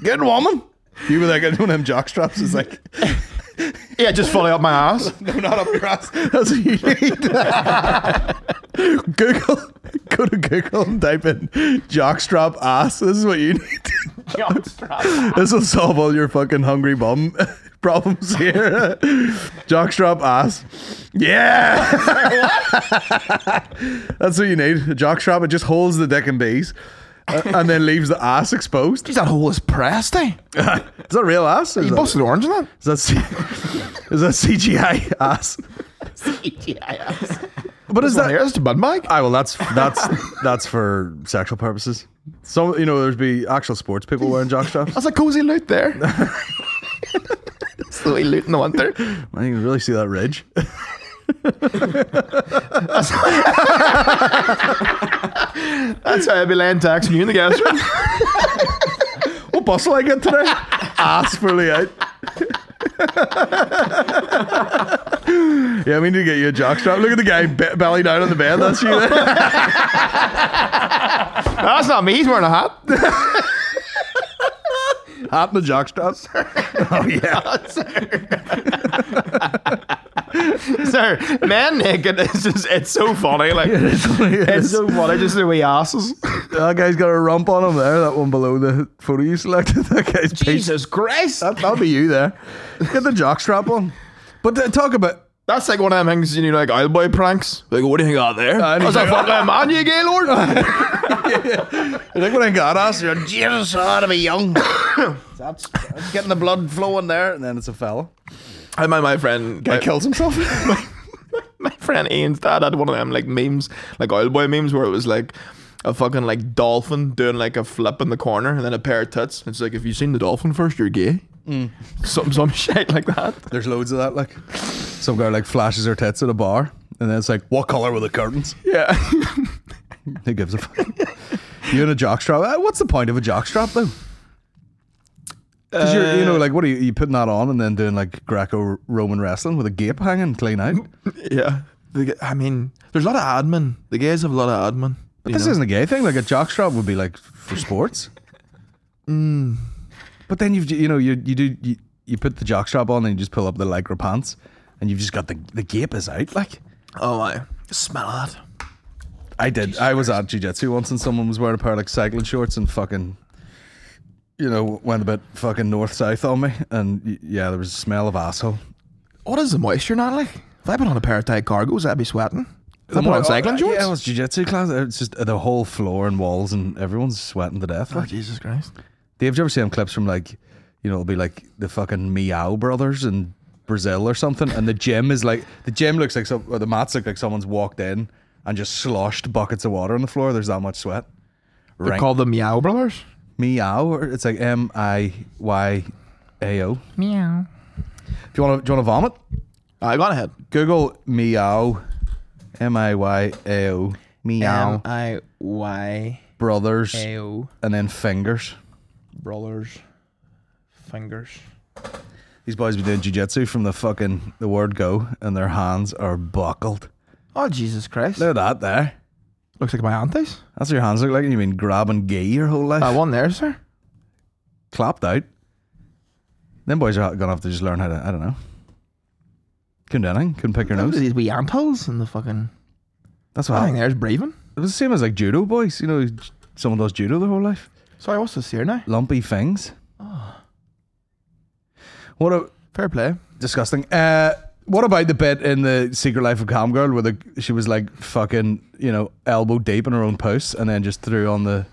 Speaker 2: Good woman. You were like, I don't have jock straps. It's like,
Speaker 3: Yeah, just follow up my ass. [LAUGHS]
Speaker 2: no, not up your ass. [LAUGHS] That's what you need. Google, go to Google and type in jockstrap ass. This is what you need. This will solve all your fucking hungry bum [LAUGHS] problems here. jockstrap ass. Yeah. [LAUGHS] That's what you need. A jockstrap. It just holds the dick and bees. uh, and then leaves the ass exposed. Is
Speaker 3: Jeez, that hole is pressed, eh?
Speaker 2: that real ass? [LAUGHS] Is
Speaker 3: You
Speaker 2: that,
Speaker 3: busted orange in that?
Speaker 2: is that, C- [LAUGHS] is that CGI ass?
Speaker 3: [LAUGHS]
Speaker 2: But is
Speaker 3: Is that
Speaker 2: that
Speaker 3: here? That's a bud bag.
Speaker 2: I well, that's that's [LAUGHS] that's for sexual purposes. Some you know, there's be actual sports people wearing [LAUGHS] jockstraps.
Speaker 3: That's a cozy loot there. [LAUGHS] That's the way loot in the winter.
Speaker 2: I think you really see that ridge. [LAUGHS]
Speaker 3: That's how I'd be laying tax when you in
Speaker 2: [LAUGHS]
Speaker 3: the gas room.
Speaker 2: What bustle I get today? Ass fully out. yeah, we need to get you a jockstrap. Look at the guy be- belly down on the bed. That's [LAUGHS] you. There.
Speaker 3: That's not me. He's wearing a
Speaker 2: [LAUGHS]
Speaker 3: hat.
Speaker 2: Hat and the jockstraps. [LAUGHS] Oh yeah.
Speaker 3: Sir, man naked is just, it's so funny.
Speaker 2: [LAUGHS]
Speaker 3: Like, it's so funny. Just the way asses.
Speaker 2: that guy's got a rump on him there. That one below the photo you selected. [LAUGHS] That guy's peach.
Speaker 3: Christ.
Speaker 2: That, that'll be you there. Get the jockstrap on. But uh, talk about
Speaker 3: That's like one of them things, you know, like I'll buy pranks. Like, what do you got there?
Speaker 2: I
Speaker 3: I was like,
Speaker 2: know.
Speaker 3: fuck that man, you gay lord.
Speaker 2: Like when I got us, you're [LAUGHS] Jesus, ought to be young. that's, that's getting the blood flowing there, [LAUGHS] and then it's a fella.
Speaker 3: I my, my friend,
Speaker 2: Guy
Speaker 3: my,
Speaker 2: kills himself.
Speaker 3: [LAUGHS] my friend Ian's dad had one of them like memes, like oil boy memes, where it was like a fucking like dolphin doing like a flip in the corner and then a pair of tits. It's like, if you've seen the dolphin first, you're gay.
Speaker 2: Mm.
Speaker 3: [LAUGHS] Some, some shit like that.
Speaker 2: [LAUGHS] There's loads of that. Like some guy like flashes her tits at a bar, and then it's like, what color were the curtains?
Speaker 3: Yeah.
Speaker 2: Who gives a [LAUGHS] fuck? you in a jockstrap? Uh, What's the point of a jockstrap though? Because you're, you know, like, what are you, you putting that on and then doing like Greco Roman wrestling with a gape hanging clean out?
Speaker 3: [LAUGHS] Yeah. The g- I mean, there's a lot of admin. The guys have a lot of admin.
Speaker 2: But this isn't a gay thing. Like, a jockstrap would be like for
Speaker 3: [LAUGHS]
Speaker 2: sports.
Speaker 3: Mm.
Speaker 2: But then you've, you know, you, you do, you, you put the jockstrap on and you just pull up the lycra pants and you've just got the, the gape is out. Like,
Speaker 3: Oh, I smell that.
Speaker 2: I did. I was at jujitsu once, and someone was wearing a pair of like cycling shorts and fucking, you know, went a bit fucking north south on me. And y- yeah, there was a smell of asshole.
Speaker 3: What is the moisture, Natalie? If I put on a pair of tight cargos, I'd be sweating. If I put on cycling shorts?
Speaker 2: oh, Yeah, it was jujitsu class. It's just uh, the whole floor and walls, and everyone's sweating to death.
Speaker 3: oh,
Speaker 2: Like,
Speaker 3: Jesus Christ.
Speaker 2: Dave, do you ever see them clips from like, you know, it'll be like the fucking Meow Brothers in Brazil or something, and the gym is like the gym looks like some, or the mats look like someone's walked in and just sloshed buckets of water on the floor. There's that much sweat.
Speaker 3: They're
Speaker 2: Rank
Speaker 3: called the Meow Brothers?
Speaker 2: Meow, or it's like M I Y A O.
Speaker 3: Meow.
Speaker 2: Do you want to do you want to vomit?
Speaker 3: I gone ahead.
Speaker 2: Google meow, M I Y A O, meow
Speaker 3: I Y
Speaker 2: brothers,
Speaker 3: O
Speaker 2: and then fingers.
Speaker 3: Brothers Fingers.
Speaker 2: These boys be doing jujitsu from the fucking the word go, and their hands are buckled.
Speaker 3: Oh, Jesus Christ.
Speaker 2: Look at that there.
Speaker 3: Looks like my auntie's.
Speaker 2: That's what your hands look like. You've been grabbing gay your whole life.
Speaker 3: I won there, sir.
Speaker 2: Clapped out. Them boys are gonna have to just learn how to. I don't know. Couldn't do anything. Couldn't pick your
Speaker 3: Look at
Speaker 2: nose.
Speaker 3: these wee antholes in the fucking.
Speaker 2: That's what
Speaker 3: I think
Speaker 2: happened.
Speaker 3: there's breathing.
Speaker 2: It was the same as like judo boys. You know, someone does judo their whole life.
Speaker 3: Sorry, what's this here now?
Speaker 2: Lumpy things. What a
Speaker 3: Fair play.
Speaker 2: disgusting. Uh, what about the bit in the Secret Life of Cam Girl where the, she was like fucking you know elbow deep in her own posts and then just threw on the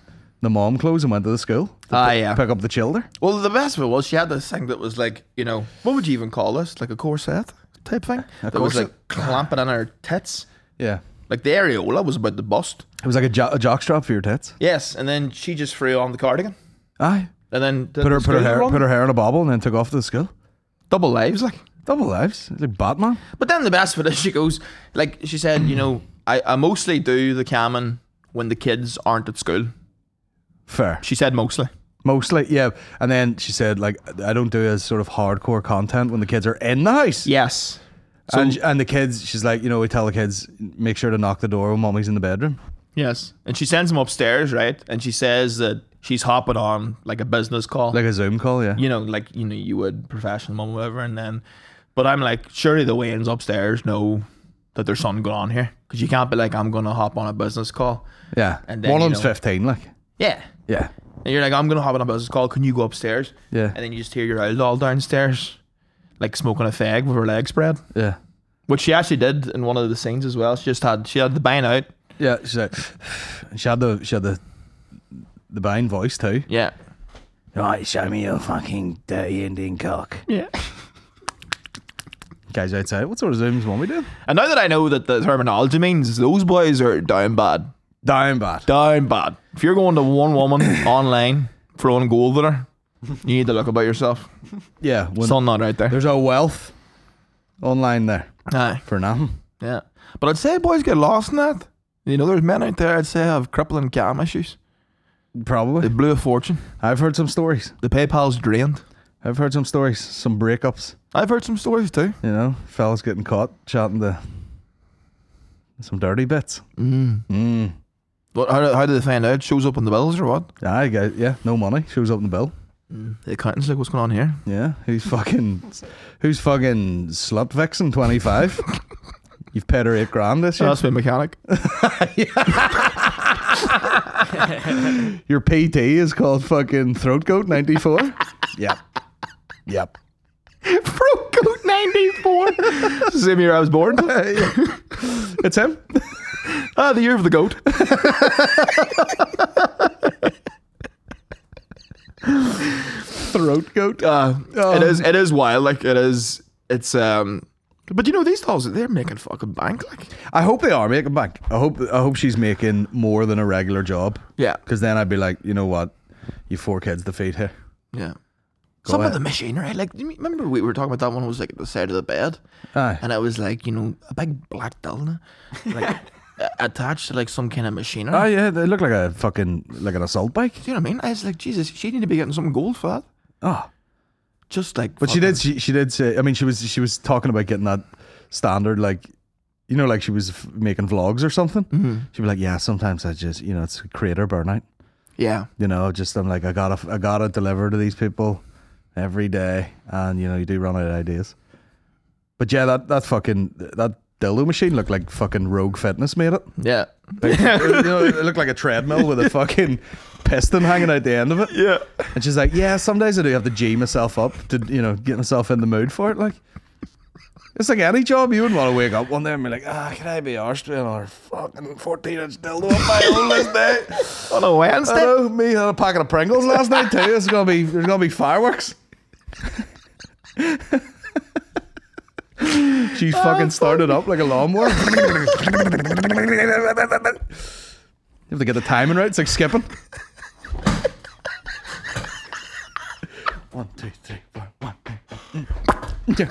Speaker 2: the mom clothes and went to the school. to
Speaker 3: Ah,
Speaker 2: pick-
Speaker 3: yeah.
Speaker 2: Pick up the children.
Speaker 3: Well, the best of it was she had this thing that was like, you know, what would you even call this? Like a corset type thing? that was
Speaker 2: corset.
Speaker 3: like clamping on her tits.
Speaker 2: Yeah.
Speaker 3: Like the areola was about the bust.
Speaker 2: It was like a, jo- a jockstrap for your tits.
Speaker 3: Yes, and then she just threw on the cardigan.
Speaker 2: Aye.
Speaker 3: And then did
Speaker 2: Put her
Speaker 3: the
Speaker 2: put her
Speaker 3: school
Speaker 2: hair
Speaker 3: run.
Speaker 2: put her hair in a bobble and then took off to the school.
Speaker 3: double lives like.
Speaker 2: Double lives like Batman.
Speaker 3: But then the best of it is she goes like she said, you know, I, I mostly do the camming when the kids aren't at school.
Speaker 2: Fair.
Speaker 3: She said mostly.
Speaker 2: Mostly, yeah. And then she said, like, I don't do as sort of hardcore content when the kids are in the house.
Speaker 3: Yes.
Speaker 2: and, and the kids, she's like, you know, we tell the kids, make sure to knock the door when mommy's in the bedroom.
Speaker 3: Yes. And she sends him upstairs, right? And she says that she's hopping on like a business call.
Speaker 2: Like a Zoom call, yeah.
Speaker 3: you know, like you know, you would professional mum, whatever, and then, but I'm like, surely the Wayans upstairs know that there's something going on here because you can't be like, I'm gonna hop on a business call.
Speaker 2: Yeah.
Speaker 3: And then,
Speaker 2: One
Speaker 3: you
Speaker 2: of them's
Speaker 3: know-
Speaker 2: 15, like.
Speaker 3: Yeah,
Speaker 2: Yeah.
Speaker 3: and you're like, I'm gonna hop on a business call. Can you go upstairs?
Speaker 2: Yeah.
Speaker 3: And then you just hear your old all downstairs, like smoking a fag with her legs spread,
Speaker 2: Yeah.
Speaker 3: which she actually did in one of the scenes as well. She just had she had the bang out.
Speaker 2: Yeah. She's like, [SIGHS] she had the, she had the, the Bane voice too.
Speaker 3: Yeah.
Speaker 2: Right, show me your fucking dirty Indian cock.
Speaker 3: Yeah. [LAUGHS]
Speaker 2: Guys outside, what sort of Zooms want we doing?
Speaker 3: And now that I know that the terminology means those boys are down bad.
Speaker 2: Down bad.
Speaker 3: down bad. If you're going to one woman
Speaker 2: [COUGHS]
Speaker 3: online throwing gold at her, you need to look about yourself.
Speaker 2: Yeah. When,
Speaker 3: It's all not right there.
Speaker 2: there's a wealth online there
Speaker 3: Aye,
Speaker 2: for nothing.
Speaker 3: yeah. But I'd say boys get lost in that. You know, there's men out there I'd say have crippling cam issues. They
Speaker 2: Probably.
Speaker 3: blew a fortune.
Speaker 2: I've heard some stories.
Speaker 3: The PayPal's drained.
Speaker 2: I've heard some stories, some breakups.
Speaker 3: I've heard some stories too.
Speaker 2: You know, fellas getting caught chatting to some dirty bits.
Speaker 3: Mm.
Speaker 2: Mm.
Speaker 3: But how, how do they find out? Shows up on the bills or what?
Speaker 2: Aye, guy, yeah, no money. Shows up in the bill.
Speaker 3: The accountant's like, what's going on here?
Speaker 2: Yeah, who's fucking, who's fucking slut vixen twenty five? You've paid her eight grand this
Speaker 3: So
Speaker 2: year.
Speaker 3: that's my [LAUGHS] mechanic.
Speaker 2: Your PT is called fucking throat goat ninety four. yep, yep. [LAUGHS]
Speaker 3: Broke out 94. [LAUGHS] Same year I was born.
Speaker 2: It's him.
Speaker 3: Ah, the year of the [LAUGHS] goat.
Speaker 2: Throat goat.
Speaker 3: Uh,
Speaker 2: Um,
Speaker 3: it is. It is wild. Like it is. It's um. But you know these dolls, they're making fucking bank. Like
Speaker 2: I hope they are making bank. I hope. I hope she's making more than a regular job.
Speaker 3: yeah,
Speaker 2: Because then I'd be like, you know what, you four kids to feed here.
Speaker 3: yeah. Some
Speaker 2: ahead.
Speaker 3: of the machinery, like do you remember we were talking about that one was like at the side of the bed,
Speaker 2: Aye.
Speaker 3: and it was like you know a big black dildo, [LAUGHS] like a- attached to like some kind of machinery.
Speaker 2: Oh yeah, they look like a fucking like an assault bike.
Speaker 3: do you know what I mean? I was like, Jesus, she need to be getting some gold for that.
Speaker 2: Oh,
Speaker 3: Just like.
Speaker 2: But she
Speaker 3: fucking-
Speaker 2: did. She she did say. I mean, she was she was talking about getting that standard, like you know, like she was f- making vlogs or something. She'd be like, "Yeah, sometimes I just, you know, it's creator burnout.
Speaker 3: Yeah.
Speaker 2: You know, just I'm like, I gotta I gotta deliver to these people every day, and you know, you do run out of ideas. But yeah, that that fucking that dildo machine looked like fucking Rogue Fitness made it.
Speaker 3: Yeah.
Speaker 2: Like, you know, it looked like a treadmill with a fucking piston hanging out the end of it.
Speaker 3: Yeah. [LAUGHS]
Speaker 2: And she's like, "Yeah, some days I do have to g myself up to, you know, get myself in the mood for it." Like, it's like any job you would want to wake up one day and be like, "Ah, can I be arsed with another fucking fourteen-inch dildo on my own this day?"
Speaker 3: On a Wednesday.
Speaker 2: Hello, me had a packet of Pringles last night too. It's gonna be there's gonna be fireworks. She's fucking started up like a lawnmower. you have to get the timing right. It's like skipping. One, two, three, four, one, two,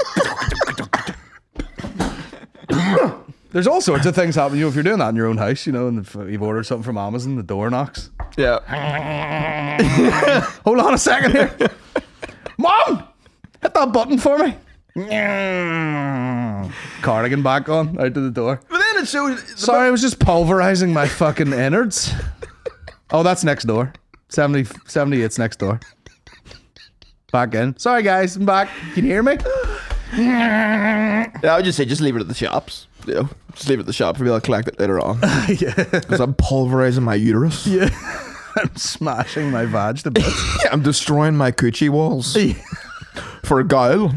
Speaker 2: three. There's all sorts of things happening. You know, if you're doing that in your own house, you know, and if you've ordered something from Amazon, the door knocks.
Speaker 3: Yeah.
Speaker 2: Hold on a second [LAUGHS] here. Mom! Hit that button for me. Cardigan back on, out to the door.
Speaker 3: But then it shows.
Speaker 2: Sorry, I was just pulverizing my fucking innards. Oh, that's next door. 70, 78's next door. Back in. Sorry, guys, I'm back. Can you hear me?
Speaker 3: Yeah, I would just say just leave it at the shops. You know, just leave it at the shop. Maybe I'll collect it later [LAUGHS] on.
Speaker 2: [LAUGHS] yeah.
Speaker 3: Because I'm pulverizing my uterus. Yeah.
Speaker 2: [LAUGHS] I'm smashing my vag to [LAUGHS] bits.
Speaker 3: I'm destroying my coochie walls for a guile.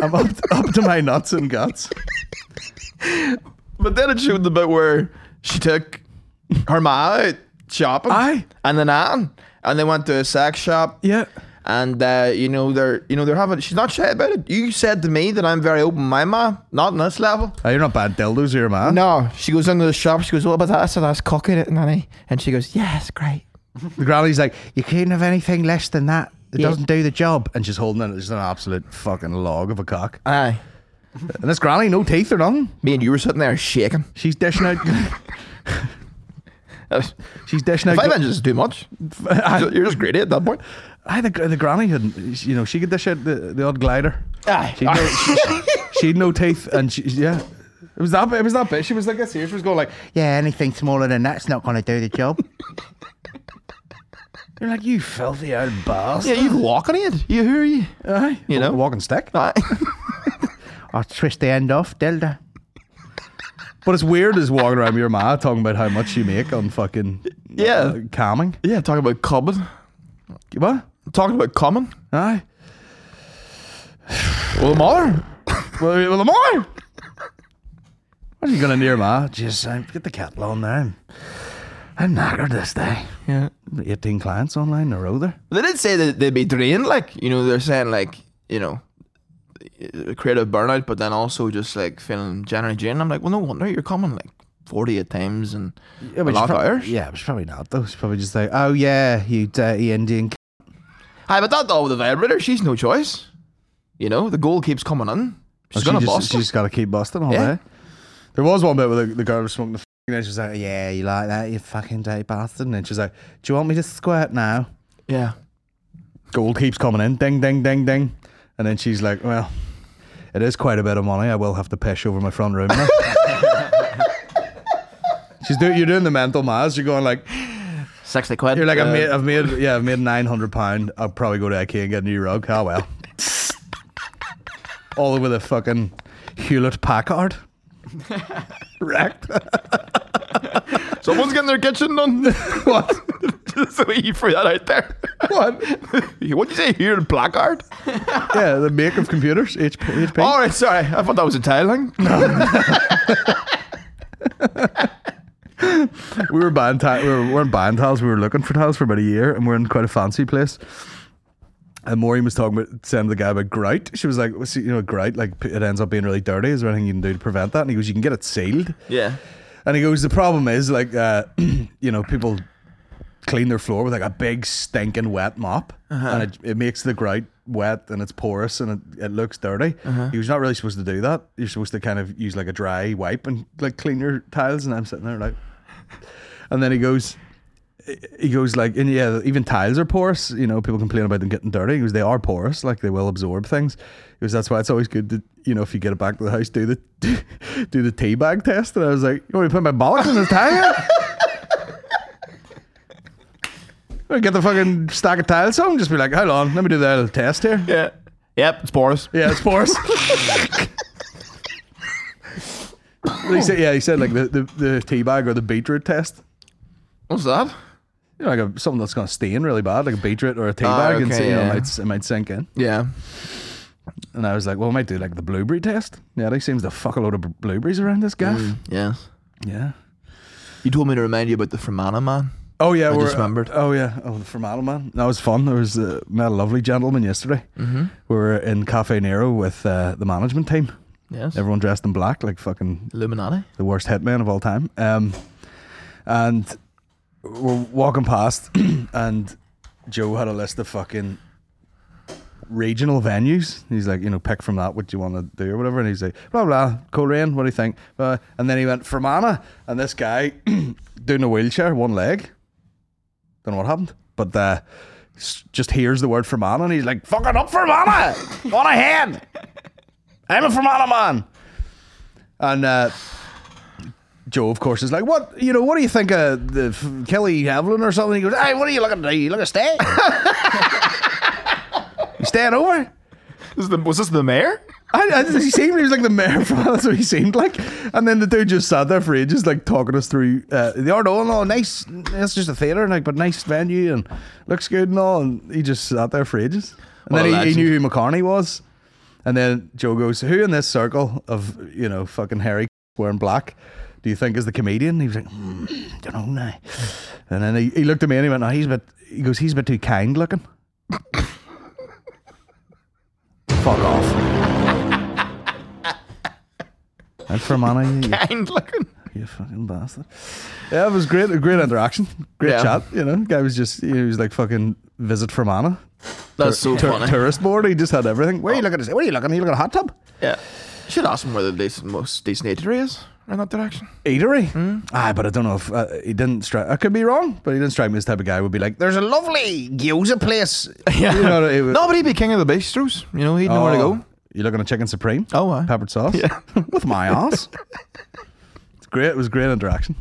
Speaker 2: I'm up up to my nuts and guts.
Speaker 3: But then it showed the bit where she took her ma out shopping.
Speaker 2: Aye.
Speaker 3: And then Anne. And they went to a sex shop.
Speaker 2: Yeah.
Speaker 3: And uh, you know they're you know they're having she's not shy about it. You said to me that I'm very open, my ma, not on this level.
Speaker 2: Oh, you're not bad dildos here, man.
Speaker 3: No, she goes into the shop. She goes, "What about that?" I said, "That's cocking it, nanny." And she goes, "Yes, great."
Speaker 2: The granny's like, you couldn't have anything less than that. It
Speaker 3: Yeah.
Speaker 2: doesn't do the job. And she's holding it. It's an absolute fucking log of a cock.
Speaker 3: Aye.
Speaker 2: And this granny, no teeth or nothing.
Speaker 3: Me and you were sitting there shaking.
Speaker 2: She's dishing out. [LAUGHS]
Speaker 3: That was-
Speaker 2: she's dishing out.
Speaker 3: Five inches is too much. You're just greedy at that point.
Speaker 2: [LAUGHS] I the, the granny had, you know, she could dish out the, the odd glider.
Speaker 3: Aye.
Speaker 2: She'd no, [LAUGHS] she'd no teeth, and she, yeah, it was that. bit- It was that bit. She was like, this here. She was going like, yeah, anything smaller than that's not going to do the [LAUGHS] job. You're like, you filthy old bastard.
Speaker 3: yeah, you walk on it. You who are you?
Speaker 2: Aye.
Speaker 3: You know.
Speaker 2: walking stick.
Speaker 3: Aye.
Speaker 2: I'll twist the end off, Delta. But it's weird as walking around with your ma talking about how much you make on fucking
Speaker 3: Yeah.
Speaker 2: uh, calming.
Speaker 3: [LAUGHS] yeah, talking about coming.
Speaker 2: What?
Speaker 3: Talking about coming.
Speaker 2: Aye.
Speaker 3: Well, mother.
Speaker 2: Well, well am I? What are you gonna near ma? Just um, get the kettle on there. I'm, I'm knackered this day.
Speaker 3: Yeah.
Speaker 2: 18 clients online in a row there.
Speaker 3: They did say that they'd be drained. Like you know, they're saying like you know, uh, creative burnout, but then also just like feeling generally drained. I'm like, well, no wonder you're coming like 48 times and a lot of hours.
Speaker 2: Yeah, but she's probably not though. She's probably just like, oh yeah, you dirty Indian. c-"
Speaker 3: Hi, but that dog with the vibrator, she's no choice. You know, the goal keeps coming in. Oh, She's
Speaker 2: she
Speaker 3: gonna
Speaker 2: just,
Speaker 3: bust.
Speaker 2: She's just gotta keep busting all
Speaker 3: Yeah.
Speaker 2: day. There was one bit where the, the girl was smoking the f- and then she was like, yeah, you like that, you fucking dirty bastard. And then she's like, do you want me to squirt now?
Speaker 3: it. yeah.
Speaker 2: gold keeps coming in, ding, ding, ding, ding. And then she's like, well, it is quite a bit of money. I will have to pish over my front room now. [LAUGHS] she's doing, you're doing the mental maths. You're going like,
Speaker 3: 60 quid.
Speaker 2: you're like, I've
Speaker 3: Uh,
Speaker 2: made, I've made, yeah, I've made 900 pound. I'll probably go to Ikea and get a new rug. Oh, well. All over the fucking Hewlett Packard. Wrecked.
Speaker 3: [LAUGHS] Someone's getting their kitchen done.
Speaker 2: what?
Speaker 3: just so you threw that out there. [LAUGHS]
Speaker 2: What?
Speaker 3: What'd you say? Here in placard?
Speaker 2: Yeah, the make of computers. HP. HP.
Speaker 3: All right, sorry. I thought that was a tiling.
Speaker 2: we were buying ti- we were, we weren't buying tiles. We were looking for tiles for about a year, and we're in quite a fancy place. And Maureen was talking about saying to the guy about grout. She was like, well, see, you know, grout, like p- it ends up being really dirty. Is there anything you can do to prevent that? And he goes, you can get it sealed.
Speaker 3: Yeah.
Speaker 2: And he goes, the problem is like, uh, [CLEARS THROAT] you know, people clean their floor with like a big stinking wet mop, and it, it makes the grout wet and it's porous and it, it looks dirty. He was not really supposed to do that. You're supposed to kind of use like a dry wipe and like clean your tiles. And I'm sitting there like, and then he goes, he goes like, and yeah, even tiles are porous. You know, people complain about them getting dirty. He goes, they are porous, like they will absorb things. He goes, that's why it's always good to, you know, if you get it back to the house, do the [LAUGHS] do the tea bag test. And I was like, you want me to put my bollocks in the tile? Or [LAUGHS] Get the fucking stack of tiles home. Just be like, hold on, let me do that little test here.
Speaker 3: Yeah. Yep, it's porous.
Speaker 2: Yeah, it's porous. [LAUGHS] he said, yeah, he said like the, the, the tea bag or the beetroot test.
Speaker 3: What's that?
Speaker 2: You know, like a, something that's going to stain really bad, like a beetroot or a tea
Speaker 3: Ah,
Speaker 2: bag, and
Speaker 3: okay,
Speaker 2: see, you know, it
Speaker 3: yeah.
Speaker 2: might, it might sink in.
Speaker 3: Yeah.
Speaker 2: And I was like, well, I might do like the blueberry test. Yeah, they seems to fuck a load of bl- blueberries around this gaff.
Speaker 3: Yeah.
Speaker 2: Yeah.
Speaker 3: You told me to remind you about the Fermanagh man.
Speaker 2: Oh yeah,
Speaker 3: I
Speaker 2: we're,
Speaker 3: just remembered.
Speaker 2: Oh yeah, oh the Formal man. That was fun. There was uh, met a lovely gentleman yesterday.
Speaker 3: Mm-hmm.
Speaker 2: We were in Cafe Nero with uh, the management team.
Speaker 3: Yes.
Speaker 2: Everyone dressed in black, like fucking
Speaker 3: Illuminati.
Speaker 2: the worst hitman of all time. Um, and we're walking past, [CLEARS THROAT] and Joe had a list of fucking regional venues. He's like, you know, pick from that what you want to do or whatever. And he's like, blah blah, Coleraine, what do you think? Uh, and then he went for Mana, and this guy [CLEARS THROAT] doing a wheelchair, one leg. Don't know what happened, but uh, s- just hears the word for Mana, and he's like, fucking up for Mana, on ahead. I'm a Fermanagh man. And uh, Joe, of course, is like, "What you know? What do you think of the f- Kelly Havlin or something?" He goes, "Hey, what are you looking to do? You looking to stay? [LAUGHS] you staying over?"
Speaker 3: Is the, was this the mayor? [LAUGHS]
Speaker 2: I, I, he seemed he was like the mayor from that's what he seemed like. And then the dude just sat there for ages, like talking us through uh, the art. Oh no, nice. That's just a theater, like, but nice venue and looks good and all. And he just sat there for ages. And
Speaker 3: What a
Speaker 2: then he, he
Speaker 3: legend.
Speaker 2: knew who McCartney was. And then Joe goes, "Who in this circle of you know fucking Harry wearing black?" Do you think is the comedian? He was like, hmm, don't know, nah. And then he, he looked at me and he went, "No, he's a bit." He goes, "He's a bit too kind looking." Fuck off. [LAUGHS] And for money, you,
Speaker 3: Kind looking. [LAUGHS]
Speaker 2: you fucking bastard. Yeah, it was great. A great interaction. Great
Speaker 3: Yeah.
Speaker 2: chat. You know, guy was just he was like fucking visit for mana.
Speaker 3: That's so
Speaker 2: Tur-
Speaker 3: funny. Oh.
Speaker 2: tourist board. He just had everything. Where are you looking at? Where are you looking? Are you looking at a hot tub?
Speaker 3: Yeah. You should ask him where the decent, most decent eatery is in that direction.
Speaker 2: Eatery.
Speaker 3: Hmm.
Speaker 2: Ah, but I don't know if uh, he didn't strike. I could be wrong, but he didn't strike me as the type of guy who would be like, "There's a lovely gyoza place."
Speaker 3: [LAUGHS] Yeah.
Speaker 2: You know, it was-
Speaker 3: no, but he'd be king of the bistros. You know, he'd know where to go.
Speaker 2: You Oh, looking at chicken supreme?
Speaker 3: Oh, aye.
Speaker 2: peppered sauce.
Speaker 3: [LAUGHS] Yeah.
Speaker 2: with my
Speaker 3: [LAUGHS]
Speaker 2: ass. it's great. It was great interaction.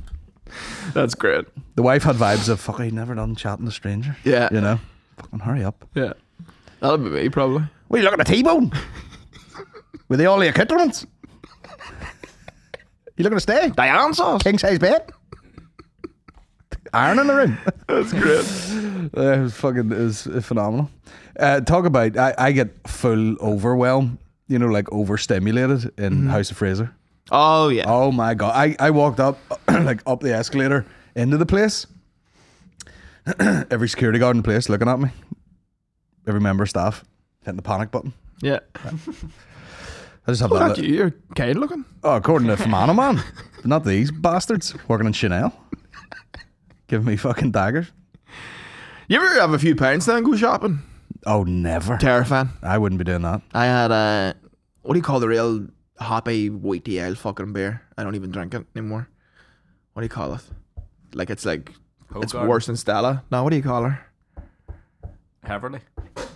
Speaker 3: That's great.
Speaker 2: The wife had vibes of fuck. I never done chatting to a stranger.
Speaker 3: Yeah.
Speaker 2: You know, fucking hurry up.
Speaker 3: Yeah. That'll be me, probably.
Speaker 2: What are you looking at, T-bone? [LAUGHS] With the all the accoutrements? You looking to stay?
Speaker 3: Diane sauce.
Speaker 2: King size bed. Iron in the room.
Speaker 3: That's great.
Speaker 2: Uh, [LAUGHS] it was fucking it was phenomenal. Uh, talk about I, I get full overwhelm, you know, like overstimulated in House of Fraser.
Speaker 3: Oh, yeah.
Speaker 2: Oh my god! I, I walked up [CLEARS THROAT] like up the escalator into the place. [CLEARS THROAT] Every security guard in the place looking at me. Every member of staff hitting the panic button.
Speaker 3: Yeah.
Speaker 2: I just have
Speaker 3: Look
Speaker 2: that.
Speaker 3: at you. You're kind looking.
Speaker 2: Oh, according to Fumano Man. Not these bastards working in Chanel. Giving me fucking daggers.
Speaker 3: You ever have a few pints then go shopping?
Speaker 2: Oh, never.
Speaker 3: Terrifying.
Speaker 2: I wouldn't be doing that.
Speaker 3: I had a what do you call the real hoppy wheaty ale fucking beer? I don't even drink it anymore. What do you call it? Like it's like it's
Speaker 4: Hogarth.
Speaker 3: worse than Stella. No, what do you call her?
Speaker 4: Heverly.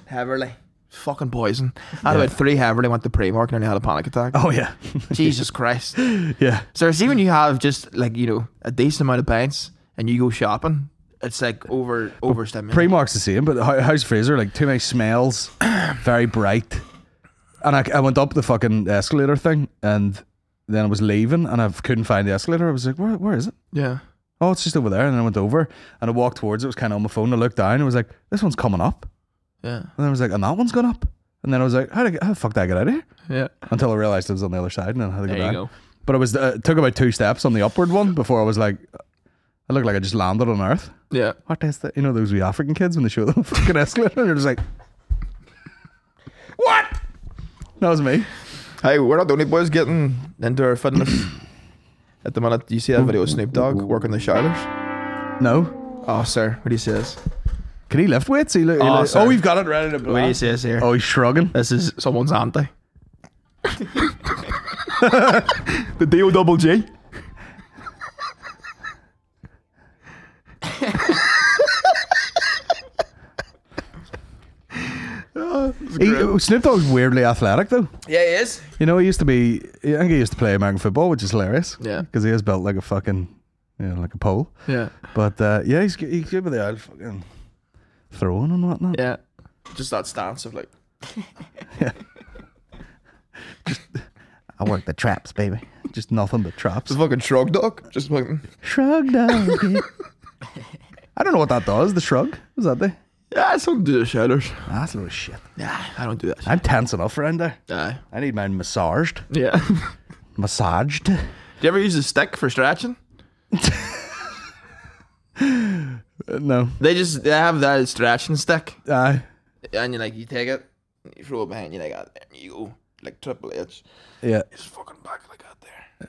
Speaker 3: Heverly. Fucking poison. I had about three Heverly, went to Primark, and nearly had a panic attack.
Speaker 2: Oh, yeah.
Speaker 3: [LAUGHS]
Speaker 2: [LAUGHS]
Speaker 3: Jesus Christ.
Speaker 2: yeah.
Speaker 3: So see when you have just like you know a decent amount of pints and you go shopping, it's like over overstimulating.
Speaker 2: Primark's the same, but Ho- House Fraser, like too
Speaker 4: [CLEARS THROAT]
Speaker 2: many smells, very bright. And I, I went up the fucking escalator thing and then I was leaving and I couldn't find the escalator. I was like, where, where is it?
Speaker 3: yeah.
Speaker 2: Oh, it's just over there. And then I went over and I walked towards it. It was kind of on my phone. I looked down and I was like, this one's coming up.
Speaker 3: Yeah.
Speaker 2: And then I was like, and that one's gone up. And then I was like, how, did I get, how the fuck did I get out of here?
Speaker 3: Yeah.
Speaker 2: Until I realized it was on the other side and then I had to go
Speaker 4: There you
Speaker 2: back.
Speaker 4: go.
Speaker 2: But it was uh, it took about two steps on the upward one before I was like, I looked like I just landed on Earth.
Speaker 3: Yeah.
Speaker 2: What is that? You know those wee African kids when they show them [LAUGHS] a fucking escalator and they're just like, what? That was me.
Speaker 3: Hey, we're not the only boys getting into our fitness. [CLEARS THROAT] At the minute, you see that video of Snoop Dogg working the shoulders?
Speaker 2: No.
Speaker 3: Oh, sir, what do you says?
Speaker 2: Can he lift weights? He look, he
Speaker 3: Oh,
Speaker 2: look-
Speaker 3: sorry.
Speaker 2: oh, we've got it ready to
Speaker 3: What do
Speaker 2: blow.
Speaker 3: you says here?
Speaker 2: Oh, he's
Speaker 3: [LAUGHS]
Speaker 2: shrugging.
Speaker 3: This is someone's auntie. [LAUGHS] the D-O double G.
Speaker 2: He,
Speaker 3: drill.
Speaker 2: Snoop Dogg's weirdly athletic though.
Speaker 3: Yeah, he is.
Speaker 2: You know, he used to be. I think he used to play American football, which is hilarious.
Speaker 3: Yeah.
Speaker 2: because he is built like a fucking, you know, like a pole.
Speaker 3: Yeah,
Speaker 2: But uh, yeah, he's g- he's good with the old fucking throwing and whatnot.
Speaker 3: yeah. Just that stance of like,
Speaker 2: I work the traps, baby. Just nothing but
Speaker 3: [LAUGHS]
Speaker 2: traps.
Speaker 3: just fucking shrug dog. Just mm. fucking.
Speaker 2: Shrug dog. [LAUGHS] I don't know what that does. The shrug is that the?
Speaker 3: Yeah, I don't do the shadows.
Speaker 2: That's a little shit.
Speaker 3: Nah, I don't do that. Shit.
Speaker 2: I'm tense enough around there.
Speaker 3: Aye.
Speaker 2: I need mine massaged. Uh,
Speaker 3: Yeah. [LAUGHS] do
Speaker 2: Massaged.
Speaker 3: you ever use a stick for stretching?
Speaker 2: Uh, no.
Speaker 3: They just they have that stretching stick,
Speaker 2: Uh,
Speaker 3: and you like you take it, you throw it behind you like that, and you go like Triple H.
Speaker 2: yeah. Uh,
Speaker 3: It's fucking back like that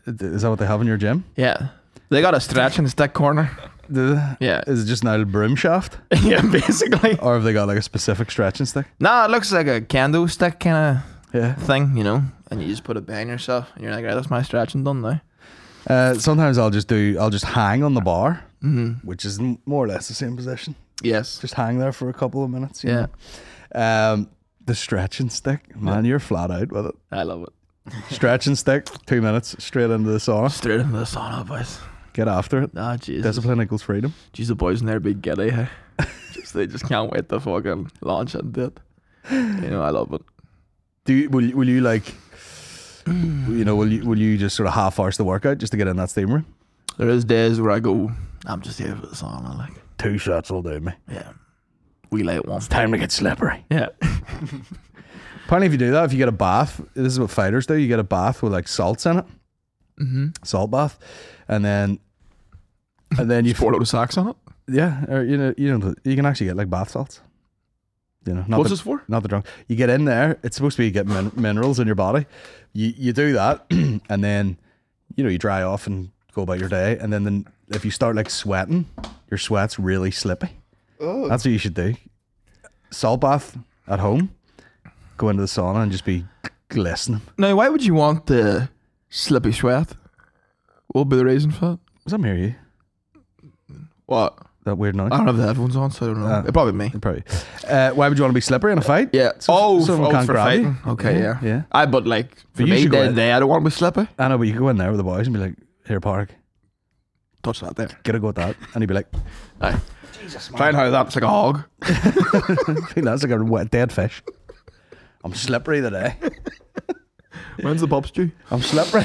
Speaker 3: there.
Speaker 2: Is that what they have in your gym?
Speaker 3: Yeah. They got a stretching stick corner.
Speaker 2: Do they-
Speaker 3: Yeah.
Speaker 2: Is it just an old broom [LAUGHS] shaft?
Speaker 3: [LAUGHS] yeah, basically.
Speaker 2: Or have they got like a specific stretching stick?
Speaker 3: Nah, it looks like a candle stick kind
Speaker 2: Yeah.
Speaker 3: of thing, you know? And you just put it behind yourself, and you're like, right, that's my stretching done now.
Speaker 2: Uh, sometimes I'll just do, I'll just hang on the bar, which is m- more or less the same position.
Speaker 3: Yes.
Speaker 2: Just hang there for a couple of minutes. you
Speaker 3: Yeah.
Speaker 2: know. Um, the stretching stick, man, you're flat out with it.
Speaker 3: I love it.
Speaker 2: Stretching stick, two minutes, straight into the sauna.
Speaker 3: Straight into the sauna, boys.
Speaker 2: Get after it.
Speaker 3: Ah, Jesus.
Speaker 2: Discipline equals freedom.
Speaker 3: Jeez, the boys in there be giddy, hey? [LAUGHS] just, they just can't wait to fucking launch into it. You know, I love it.
Speaker 2: Do you, will, you- will you [CLEARS THROAT] like, you know, will you, will you just sort of half arse the workout just to get in that steam room?
Speaker 3: There is days where I go, I'm just here for the sauna, like,
Speaker 2: Two shots will do me.
Speaker 3: yeah. We late one.
Speaker 2: Time to get slippery.
Speaker 3: Yeah.
Speaker 2: Apparently, if you do that, if you get a bath, this is what fighters do. You get a bath with like salts in it,
Speaker 3: Mm-hmm.
Speaker 2: salt bath, and then and then you
Speaker 3: Four little socks on it.
Speaker 2: yeah, or you know you know you can actually get like bath salts. You know, not
Speaker 3: What's
Speaker 2: the,
Speaker 3: this for?
Speaker 2: not the drunk. You get in there. It's supposed to be getting min- minerals in your body. You you do that, [CLEARS THROAT] and then you know you dry off and go about your day. And then then if you start like sweating, your sweat's really slippy.
Speaker 3: Oh.
Speaker 2: That's what you should do. Salt bath at home. Go into the sauna and just be glistening.
Speaker 3: Now, why would you want the slippy sweat? What would be the reason for it?
Speaker 2: Was that Mary?
Speaker 3: What?
Speaker 2: That weird noise?
Speaker 3: I don't have the headphones on, so I don't know.
Speaker 2: Ah.
Speaker 3: it probably me.
Speaker 2: Probably. Uh, why would you want to be slippery in a fight?
Speaker 3: Yeah.
Speaker 2: So-
Speaker 3: oh,
Speaker 2: so
Speaker 3: f-
Speaker 2: we
Speaker 3: oh,
Speaker 2: can't
Speaker 3: for
Speaker 2: grab you.
Speaker 3: fighting. Okay,
Speaker 2: Yeah,
Speaker 3: Mm-hmm. yeah.
Speaker 2: yeah.
Speaker 3: I but like for
Speaker 2: you
Speaker 3: me,
Speaker 2: should go
Speaker 3: they,
Speaker 2: in.
Speaker 3: they I don't want to be slippery.
Speaker 2: I know, but you could go in there with the boys and be like, here, Park,
Speaker 3: Touch that there.
Speaker 2: get a go at that. And he'd be like,
Speaker 3: Aye. Find how that's like a hog.
Speaker 2: [LAUGHS] that's like a wet, dead fish. I'm slippery today.
Speaker 3: When's the pop stew?
Speaker 2: I'm slippery.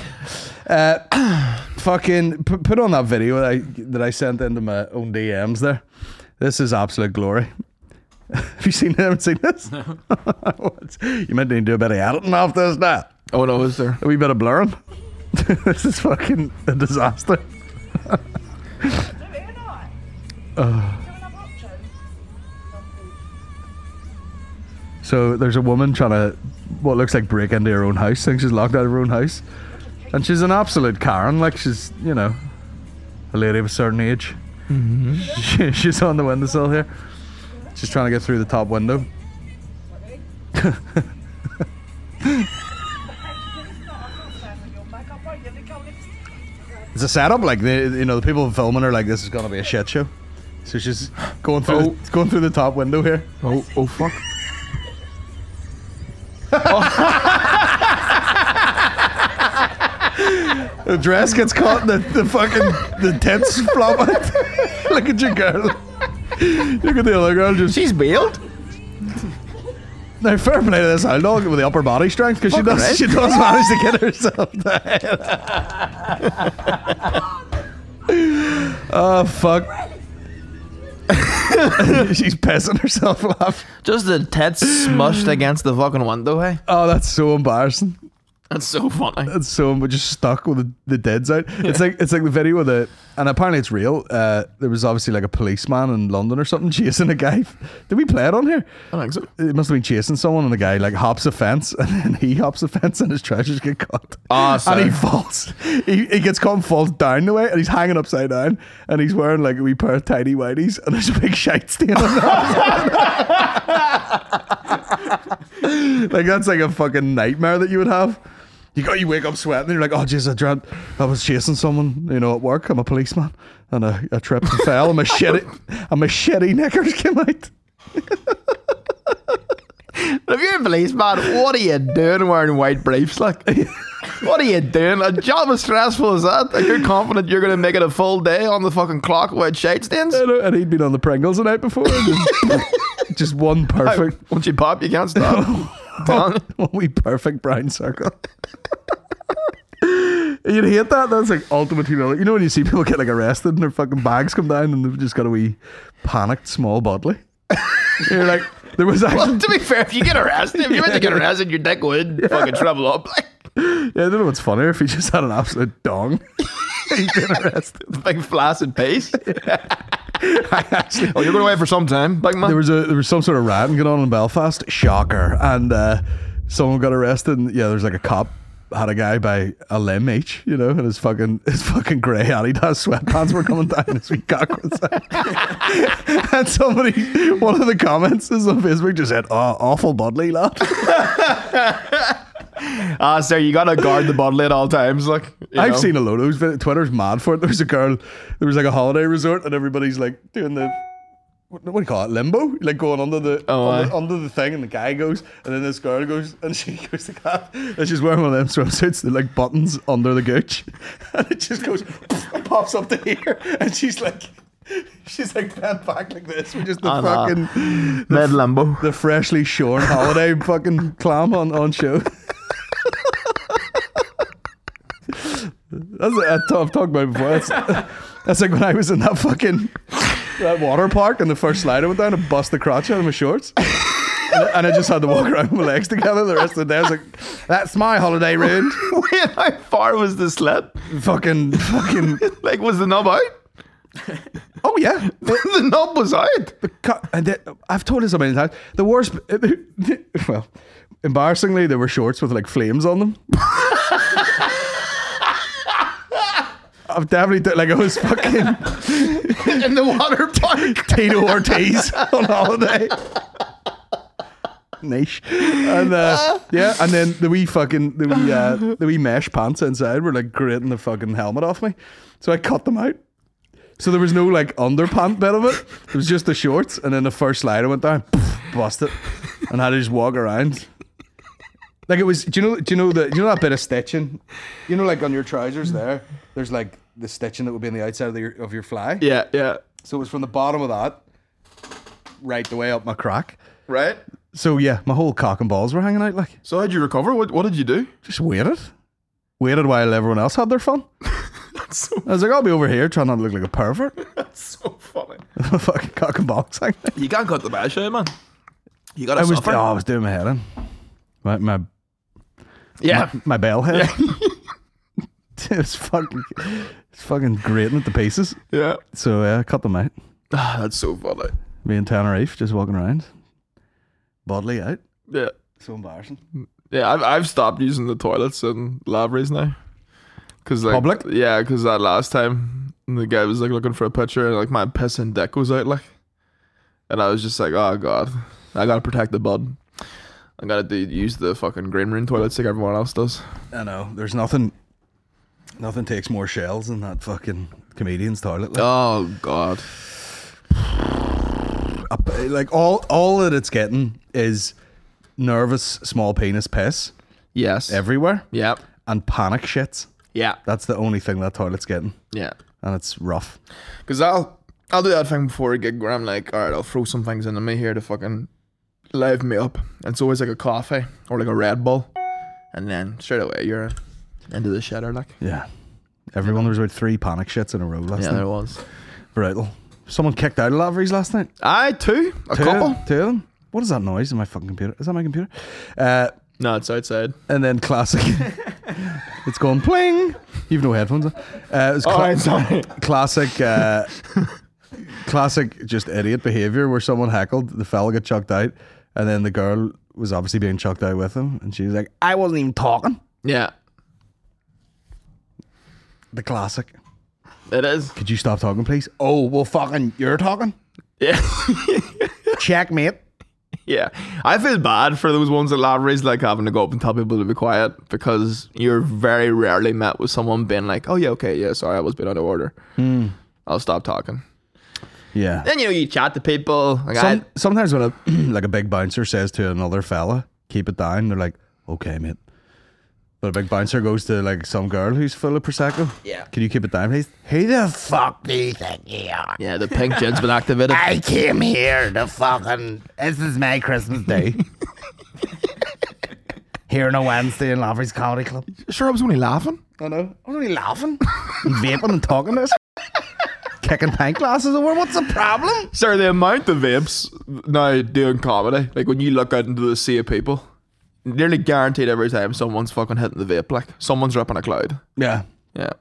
Speaker 2: Uh, [CLEARS THROAT] fucking p- put on that video that I, that I sent into my own DMs there. This is absolute glory. [LAUGHS] Have you seen it? Haven't seen this? [LAUGHS] No. you might need to do a bit of editing off this now.
Speaker 3: Oh no, is there?
Speaker 2: A wee bit of blurring. [LAUGHS] this is fucking a disaster.
Speaker 1: Do it or not? Do another option?
Speaker 2: So there's a woman trying to what looks like break into her own house. Thinks she's locked out of her own house, and she's an absolute Karen. Like she's you know a lady of a certain age. She, [LAUGHS]
Speaker 3: Mm-hmm.
Speaker 2: she's on the windowsill here. She's trying to get through the top window.
Speaker 1: You're back up, right? You're the golden
Speaker 2: It's a setup. Like the you know the people filming are like this is gonna be a shit show. So she's going through
Speaker 3: Oh.
Speaker 2: going through the top window here.
Speaker 3: Oh oh fuck.
Speaker 2: The dress gets caught in the, the fucking the tits flop out. [LAUGHS] Look at your girl. Look at the other girl just
Speaker 3: She's bailed.
Speaker 2: Now, fair play to this old dog with the upper body strength because she
Speaker 3: Fucking
Speaker 2: does
Speaker 3: right.
Speaker 2: she does manage to get herself down. oh fuck! [LAUGHS] She's pissing herself off.
Speaker 3: Just the ted smushed against the fucking window, hey.
Speaker 2: Oh, that's so embarrassing.
Speaker 3: That's so funny.
Speaker 2: That's so but just stuck with the, the deads out. It's like it's like the video of the and apparently it's real. Uh, there was obviously like a policeman in London or something [LAUGHS] chasing a guy. Did we play it on here?
Speaker 3: I think so.
Speaker 2: It must have been chasing someone, and the guy like hops a fence, [LAUGHS] and then he hops a fence, and his trousers get caught.
Speaker 3: Ah,
Speaker 2: and
Speaker 3: sorry.
Speaker 2: he falls. He, he gets caught and falls down the way, and he's hanging upside down, and he's wearing like a wee pair of tidy whities, and there's a big shite stain on it. [LAUGHS] Like that's like a fucking nightmare that you would have. You got you wake up sweating, and you're like, oh jeez, I dreamt I was chasing someone, you know, at work. I'm a policeman, and I, I tripped and fell, and my [LAUGHS] shitty, and my shitty knickers came out.
Speaker 3: if you're a policeman, what are you doing wearing white briefs? [LAUGHS] Like, what are you doing? A job as stressful as that? Like, you're confident you're going to make it a full day on the fucking clock with shade [LAUGHS] stains?
Speaker 2: You know, and he'd been on the Pringles the night before. and [LAUGHS] just- just one perfect,
Speaker 3: Once you pop, you can't stop. [LAUGHS]
Speaker 2: [LAUGHS]
Speaker 3: Done.
Speaker 2: one wee perfect brown circle. [LAUGHS] You'd hate that. That's like ultimate humility. You know when you see people get like arrested and their fucking bags come down and they've just got a wee panicked small bodily. [LAUGHS] You're like, there was actually.
Speaker 3: well, to be fair, if you get arrested, if you went to [LAUGHS] get arrested, your dick would fucking trouble up. [LAUGHS]
Speaker 2: Yeah, I don't know what's funnier if he just had an absolute dong. He's been arrested.
Speaker 3: Big flaccid pace. [LAUGHS] oh, you're going away for some time, big man.
Speaker 2: There was a there was some sort of rioting going on in Belfast. Shocker. And uh, someone got arrested and yeah, there's like a cop had a guy by a limb each, you know, and his fucking his fucking grey Adidas sweatpants were coming down his wee cock was out. [LAUGHS] and somebody one of the comments is on Facebook just said, Oh, awful bodily lad.
Speaker 3: Ah, sir, you gotta guard the bottle at all times. Like you
Speaker 2: I've
Speaker 3: know.
Speaker 2: seen a load of those. vid- Twitter's mad for it. There was a girl, there was like a holiday resort, and everybody's like doing the what, what do you call it limbo, like going under the,
Speaker 3: Oh,
Speaker 2: under,
Speaker 3: aye.
Speaker 2: under the thing, and the guy goes, and then this girl goes, and [LAUGHS] she goes to clap, and she's wearing one of them swimsuits that like buttons under the gooch, [LAUGHS] and it just goes [LAUGHS] and pops up to here, and she's like, [LAUGHS] she's like bent back like this, with just the
Speaker 3: Oh, no.
Speaker 2: fucking
Speaker 3: Med Lambo. [LAUGHS]
Speaker 2: the freshly shorn holiday fucking clam on, on show. That's I t- I've talked about it before. That's, that's like when I was in that fucking that water park and the first slide I went down and bust the crotch out of my shorts. And I- And I just had to walk around with my legs together the rest of the day. I was like, "That's my holiday ruined."
Speaker 3: Wait, how far was the slit?
Speaker 2: fucking, fucking.
Speaker 3: [LAUGHS] Like, was the knob out?
Speaker 2: Oh yeah,
Speaker 3: the knob was out.
Speaker 2: Co- and that, I've told this so many times. The worst, [LAUGHS] well, embarrassingly, there were shorts with like flames on them. [LAUGHS] I've definitely done- like I was fucking
Speaker 3: [LAUGHS] In the water
Speaker 2: [LAUGHS]
Speaker 3: park.
Speaker 2: Tito Ortiz on holiday. Niche, and uh, yeah, and then the wee fucking the wee uh, the wee mesh pants inside were like grating the fucking helmet off me, so I cut them out. So there was no like underpant bit of it. It was just the shorts, and then the first slide I went down, busted, and I had to just walk around. Like it was, do you know? Do you know the? Do you know that bit of stitching? You know, like on your trousers there. There's like the stitching that would be on the outside of, the, of your fly.
Speaker 3: [LAUGHS] Yeah, yeah.
Speaker 2: So it was from the bottom of that, right the way up my crack.
Speaker 3: Right.
Speaker 2: So yeah, my whole cock and balls were hanging out. Like,
Speaker 3: So how'd you recover? What What did you do?
Speaker 2: just waited, waited while everyone else had their [LAUGHS] fun. I was like, I'll be over here trying not to look like a pervert. [LAUGHS]
Speaker 3: That's [LAUGHS] so funny.
Speaker 2: my fucking cock and balls hanging. out.
Speaker 3: You can't cut the bash out, man. You gotta
Speaker 2: I was,
Speaker 3: suffer.
Speaker 2: oh, I was doing my head in. My my
Speaker 3: yeah.
Speaker 2: my bell head. [LAUGHS] it's fucking, it's fucking grating at the pieces.
Speaker 3: Yeah. [SIGHS]
Speaker 2: So yeah, I cut them out.
Speaker 3: Ah, that's so funny.
Speaker 2: Me and Tenerife just walking around, bodily out.
Speaker 3: Yeah.
Speaker 2: So embarrassing.
Speaker 3: Yeah, I've, I've stopped using the toilets in libraries now. Cause like,
Speaker 2: Public?
Speaker 3: Yeah, because that last time the guy was like looking for a picture and like my piss and dick was out like, and I was just like, oh god, I gotta protect the bud. I gotta do, use the fucking green room toilets like everyone else does.
Speaker 2: I know. There's nothing. Nothing takes more shells than that fucking comedian's toilet. Like,
Speaker 3: Oh god.
Speaker 2: up- like, all all that it's getting is nervous small penis piss
Speaker 3: Yes.
Speaker 2: everywhere
Speaker 3: Yep.
Speaker 2: and panic shits.
Speaker 3: Yeah.
Speaker 2: That's the only thing that toilet's getting,
Speaker 3: Yeah.
Speaker 2: and it's rough.
Speaker 3: Cause I'll I'll do that thing before a gig where I'm like, all right, I'll throw some things into me here to fucking live me up. And it's always like a coffee or like a Red Bull, and then straight away you're into the shitter like.
Speaker 2: Yeah. Everyone there was about three panic shits in a row last
Speaker 3: Yeah,
Speaker 2: night.
Speaker 3: there was.
Speaker 2: Brutal. Someone kicked out of Lavery's last night.
Speaker 3: I too a
Speaker 2: Two,
Speaker 3: couple.
Speaker 2: Two of them. What is that noise in my fucking computer? Is that my computer? Uh,
Speaker 3: No, it's outside.
Speaker 2: and then classic. [LAUGHS] it's going pling. You've no headphones. on. Uh,
Speaker 3: Oh,
Speaker 2: it was cla-
Speaker 3: sorry.
Speaker 2: classic uh, [LAUGHS] classic just idiot behavior where someone heckled the fella got chucked out and then the girl was obviously being chucked out with him and she was like i wasn't even talking
Speaker 3: Yeah,
Speaker 2: the classic
Speaker 3: it is. [LAUGHS]
Speaker 2: could you stop talking please oh well fucking you're talking
Speaker 3: Yeah,
Speaker 2: checkmate
Speaker 3: yeah. I feel bad for those ones at libraries like having to go up and tell people to be quiet because you're very rarely met with someone being like, "Oh yeah, okay, yeah, sorry, I was being out of order. I'll stop talking."
Speaker 2: Yeah.
Speaker 3: Then you know you chat to people. Like I,
Speaker 2: Some, sometimes when a [CLEARS THROAT] like a big bouncer says to another fella, "Keep it down," they're like, "Okay, mate." But a big bouncer goes to like some girl who's full of prosecco.
Speaker 3: Yeah.
Speaker 2: Can you keep it down, please? Who the fuck do you think
Speaker 5: you are?
Speaker 3: yeah, the pink gin has been [LAUGHS] activated.
Speaker 5: I came here to fucking. This is my Christmas
Speaker 2: [LAUGHS]
Speaker 5: day. here on a Wednesday in Lavery's Comedy Club.
Speaker 3: sure, I was only laughing.
Speaker 2: I know.
Speaker 5: I'm only laughing.
Speaker 2: I'm vaping and
Speaker 5: [LAUGHS]
Speaker 2: talking this, kicking pint glasses over. What's the problem?
Speaker 3: Sir, the amount of vapes now doing comedy, like when you look out into the sea of people, nearly guaranteed every time someone's fucking hitting the vape, like someone's ripping a cloud.
Speaker 2: Yeah.
Speaker 3: Yeah.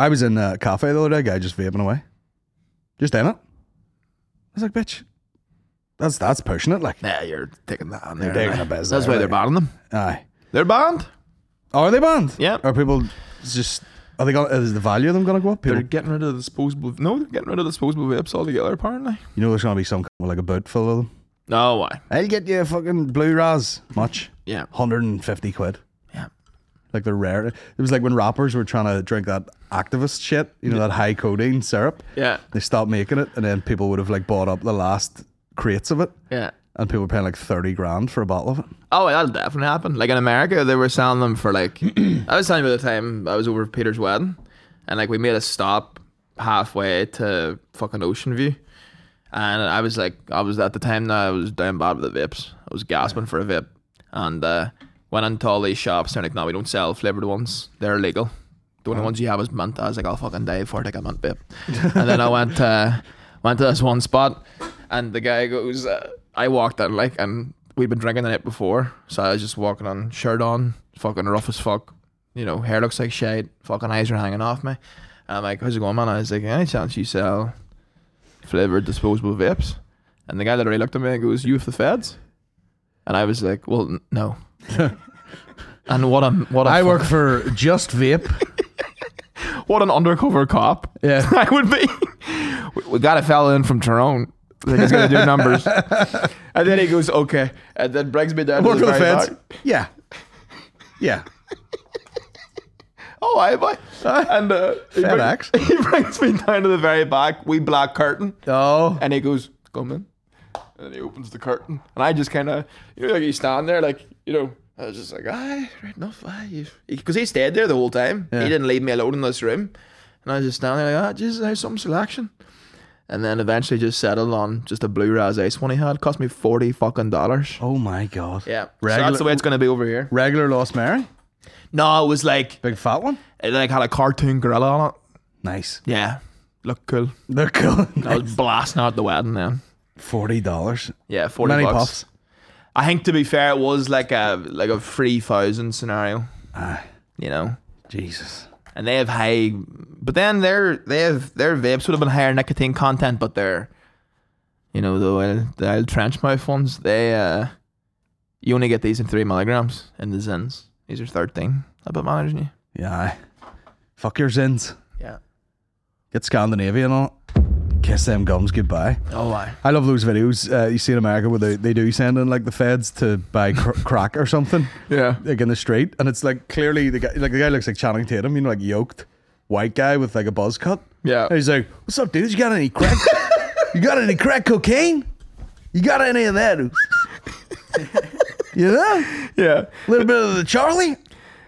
Speaker 2: I was in a cafe the other day, guy just vaping away. Just in it. I was like, bitch, that's that's pushing it. Like,
Speaker 3: Yeah, you're taking that on there.
Speaker 2: taking
Speaker 3: right?
Speaker 2: the piss
Speaker 3: That's
Speaker 2: there,
Speaker 3: why they're
Speaker 2: right?
Speaker 3: banning them.
Speaker 2: aye. Oh,
Speaker 3: They're banned.
Speaker 2: Are they banned?
Speaker 3: Yeah.
Speaker 2: Are people just, are they going, to is the value of them going to go up? People,
Speaker 3: They're getting rid of the disposable. No, they're getting rid of disposable vapes altogether. Apparently.
Speaker 2: you know, there's going to be some kind of like a boat full of them.
Speaker 3: No, why?
Speaker 2: I'll get you a fucking blue raz. Much.
Speaker 3: Yeah.
Speaker 2: 150 quid.
Speaker 3: Yeah.
Speaker 2: Like they're rare. It was like when rappers were trying to drink that activist shit, you know, that high codeine syrup.
Speaker 3: Yeah.
Speaker 2: They stopped making it and then people would have like bought up the last crates of it.
Speaker 3: Yeah.
Speaker 2: And people were paying like 30 grand for a bottle of it.
Speaker 3: Oh, that'll definitely happen. Like in America, they were selling them for like. I was telling you about the time I was over at Peter's wedding, and like we made a stop halfway to fucking Ocean View, and I was like, I was at the time now I was down bad with the vapes. I was gasping for a vape, and uh, went into all these shops. They're like, no, we don't sell flavored ones. They're illegal. The only ones you have is mint. I was like, I'll fucking die for it. Like a mint vape. [LAUGHS] and then I went uh, went to this one spot, and the guy goes, uh, I walked in like, and we'd been drinking the night before, so I was just walking on, shirt on, fucking rough as fuck. You know, hair looks like shade. Fucking eyes are hanging off me. And I'm like, how's it going, man? I was like, any chance you sell flavored disposable vapes? And the guy literally looked at me and goes, you with the feds? And I was like, well, n-
Speaker 2: [LAUGHS]
Speaker 3: no. and what a what a
Speaker 2: I
Speaker 3: fuck-
Speaker 2: work for Just Vape.
Speaker 3: what an undercover cop
Speaker 2: Yeah.
Speaker 3: [LAUGHS] I would be. We, we got a fella in from Tyrone. They're just gonna
Speaker 2: [LAUGHS]
Speaker 3: do numbers. and then he goes, okay. And then brings me
Speaker 2: [LAUGHS]
Speaker 3: down
Speaker 2: work
Speaker 3: to
Speaker 2: for
Speaker 3: the,
Speaker 2: the
Speaker 3: very
Speaker 2: feds.
Speaker 3: back.
Speaker 2: Yeah. Yeah.
Speaker 3: Oh, I boy.
Speaker 2: [LAUGHS]
Speaker 3: And uh, he, brings-
Speaker 2: FedEx.
Speaker 3: [LAUGHS] he brings me down to the very back. We black curtain.
Speaker 2: Oh.
Speaker 3: And he goes, come in. And he opens the curtain. And I just kind of, you know, like he's standing there, like, you know, I was just like, aye, right enough, aye. Because he stayed there the whole time.
Speaker 2: Yeah.
Speaker 3: He didn't leave me alone in this room. And I was just standing there, like, ah, Jesus, there's some selection. And then eventually just settled on just a blue Raz ice one he had. Cost me 40 fucking dollars.
Speaker 2: Oh my God.
Speaker 3: Yeah. so
Speaker 2: Regular,
Speaker 3: that's the way it's going to be over here.
Speaker 2: regular Lost Mary.
Speaker 3: No, it was like,
Speaker 2: Big fat one.
Speaker 3: it like had a cartoon gorilla on it.
Speaker 2: Nice.
Speaker 3: Yeah. Looked cool.
Speaker 2: They're cool. [LAUGHS]
Speaker 3: I was blasting out the wedding then.
Speaker 2: $40.
Speaker 3: Yeah, 40
Speaker 2: Many
Speaker 3: bucks.
Speaker 2: puffs.
Speaker 3: I think to be fair, it was like a like a three thousand scenario,
Speaker 2: Aye.
Speaker 3: you know.
Speaker 2: Ah, Jesus.
Speaker 3: And they have high, but then their they have their vapes would have been higher nicotine content, but their, you know, the oil, the oil trench mouth ones, they uh, you only get these in three milligrams in the zins. These are thirteen. A bit managing you.
Speaker 2: Yeah. aye. Fuck your sins.
Speaker 3: Yeah.
Speaker 2: Get Scandinavian on it. Kiss them gums goodbye.
Speaker 3: Oh, why?
Speaker 2: I love those videos uh, you see in America where they, they do send in like the feds to buy cr- [LAUGHS] crack or something,
Speaker 3: Yeah.
Speaker 2: like in the street, and it's like clearly the guy like the guy looks like Channing Tatum, you know, like yoked white guy with like a buzz cut.
Speaker 3: Yeah.
Speaker 2: And he's like, "What's up, dudes? You got any crack? [LAUGHS] you got any crack cocaine? You got any of that? [LAUGHS] you know, a
Speaker 3: Yeah.
Speaker 2: little bit of the Charlie."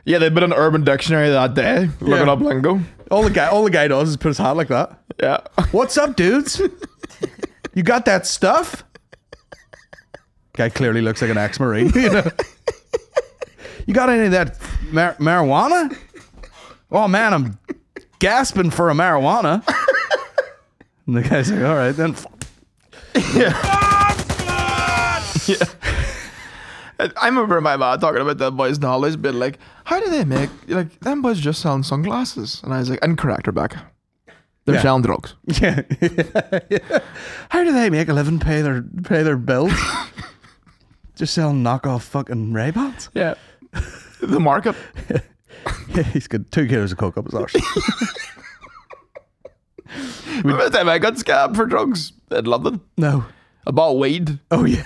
Speaker 3: Yeah. They've been in Urban Dictionary that day looking
Speaker 2: Yeah.
Speaker 3: up lingo.
Speaker 2: All the guy, all the guy does is put his hat like that.
Speaker 3: Yeah. [LAUGHS]
Speaker 2: What's up, dudes? You got that stuff? Guy clearly looks like an ex marine. [LAUGHS] You, know? you got any of that mar- marijuana? Oh man, I'm gasping for a marijuana. And the guy's like, "All right, then." [LAUGHS]
Speaker 3: I I remember my mom talking about them boys and holidays, being like, "How do they make like them boys just selling sunglasses?" And I was like, "Incorrect, Rebecca. They're
Speaker 2: Yeah.
Speaker 3: selling drugs."
Speaker 2: Yeah. How do they make a living? Pay their pay their bills? Just selling knockoff fucking Ray Bans?
Speaker 3: Yeah, [LAUGHS] the markup.
Speaker 2: [LAUGHS] He's got two kilos of coke up his arse.
Speaker 3: Remember the time I got scammed for drugs in London?
Speaker 2: No.
Speaker 3: I bought weed.
Speaker 2: Oh yeah.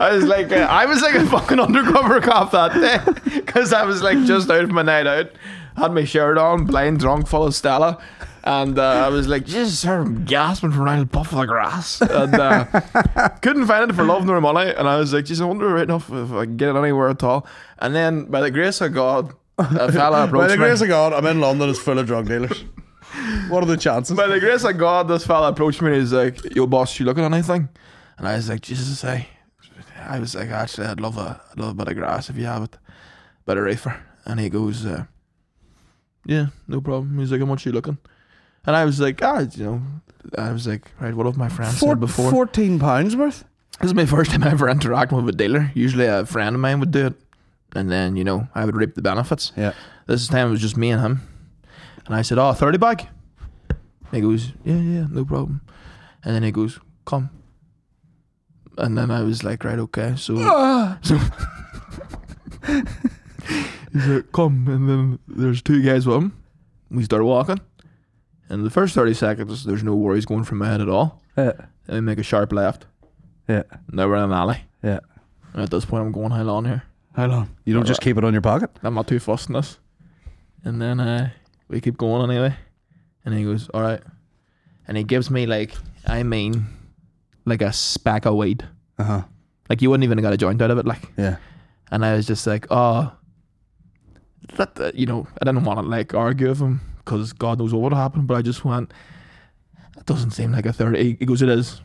Speaker 3: I was like, uh, I was like a fucking undercover cop that day because I was like just out of my night out, had my shirt on, blind drunk, full of Stella, And uh, I was like, Jesus, I'm gasping for a puff of the grass. And uh, [LAUGHS] couldn't find it for love nor money. And I was like, Jesus, I wonder right enough if I can get it anywhere at all. And then, by the grace of God, a fella approached
Speaker 2: By the
Speaker 3: me.
Speaker 2: grace of God, I'm in London. It's full of drug dealers. What are the chances?
Speaker 3: By the grace of God, this fella approached me and he's like, Yo, boss, you looking at anything? And I was like, Jesus, I, I was like, actually, I'd love a, I'd love a bit of grass if you have it, bit of reefer. And he goes, uh, Yeah, no problem. He's like, How much you looking? And I was like, Ah, you know, I was like, Right, what have my friends
Speaker 2: Four-
Speaker 3: said before?
Speaker 2: Fourteen pounds worth.
Speaker 3: This is my first time ever interacting with a dealer. Usually a friend of mine would do it, and then, you know, I would reap the benefits.
Speaker 2: Yeah.
Speaker 3: This time it was just me and him. And I said, Oh, 30 bag. He goes, Yeah, yeah, no problem. And then he goes, Come. And then I was like, Right, okay. So, [LAUGHS]
Speaker 2: Ah.
Speaker 3: so he's like, Come. And then there's two guys with him. We start walking. And the first 30 seconds, there's no worries going from my head at all.
Speaker 2: Yeah,
Speaker 3: Then we make a sharp left.
Speaker 2: yeah,
Speaker 3: Now we're in an alley.
Speaker 2: yeah.
Speaker 3: And at this point, I'm going, How long here?
Speaker 2: How long? You don't just keep it on your pocket.
Speaker 3: I'm not too fussed in this. And then uh, we keep going anyway. And he goes, All right. And he gives me, like, I mean, like a speck of weed.
Speaker 2: Uh huh.
Speaker 3: Like, you wouldn't even have got a joint out of it. Like,
Speaker 2: Yeah.
Speaker 3: and I was just like, Oh, that, uh, you know, I didn't want to, like, argue with him because God knows what would happen. But I just went, That doesn't seem like a 30. He- He goes, It is.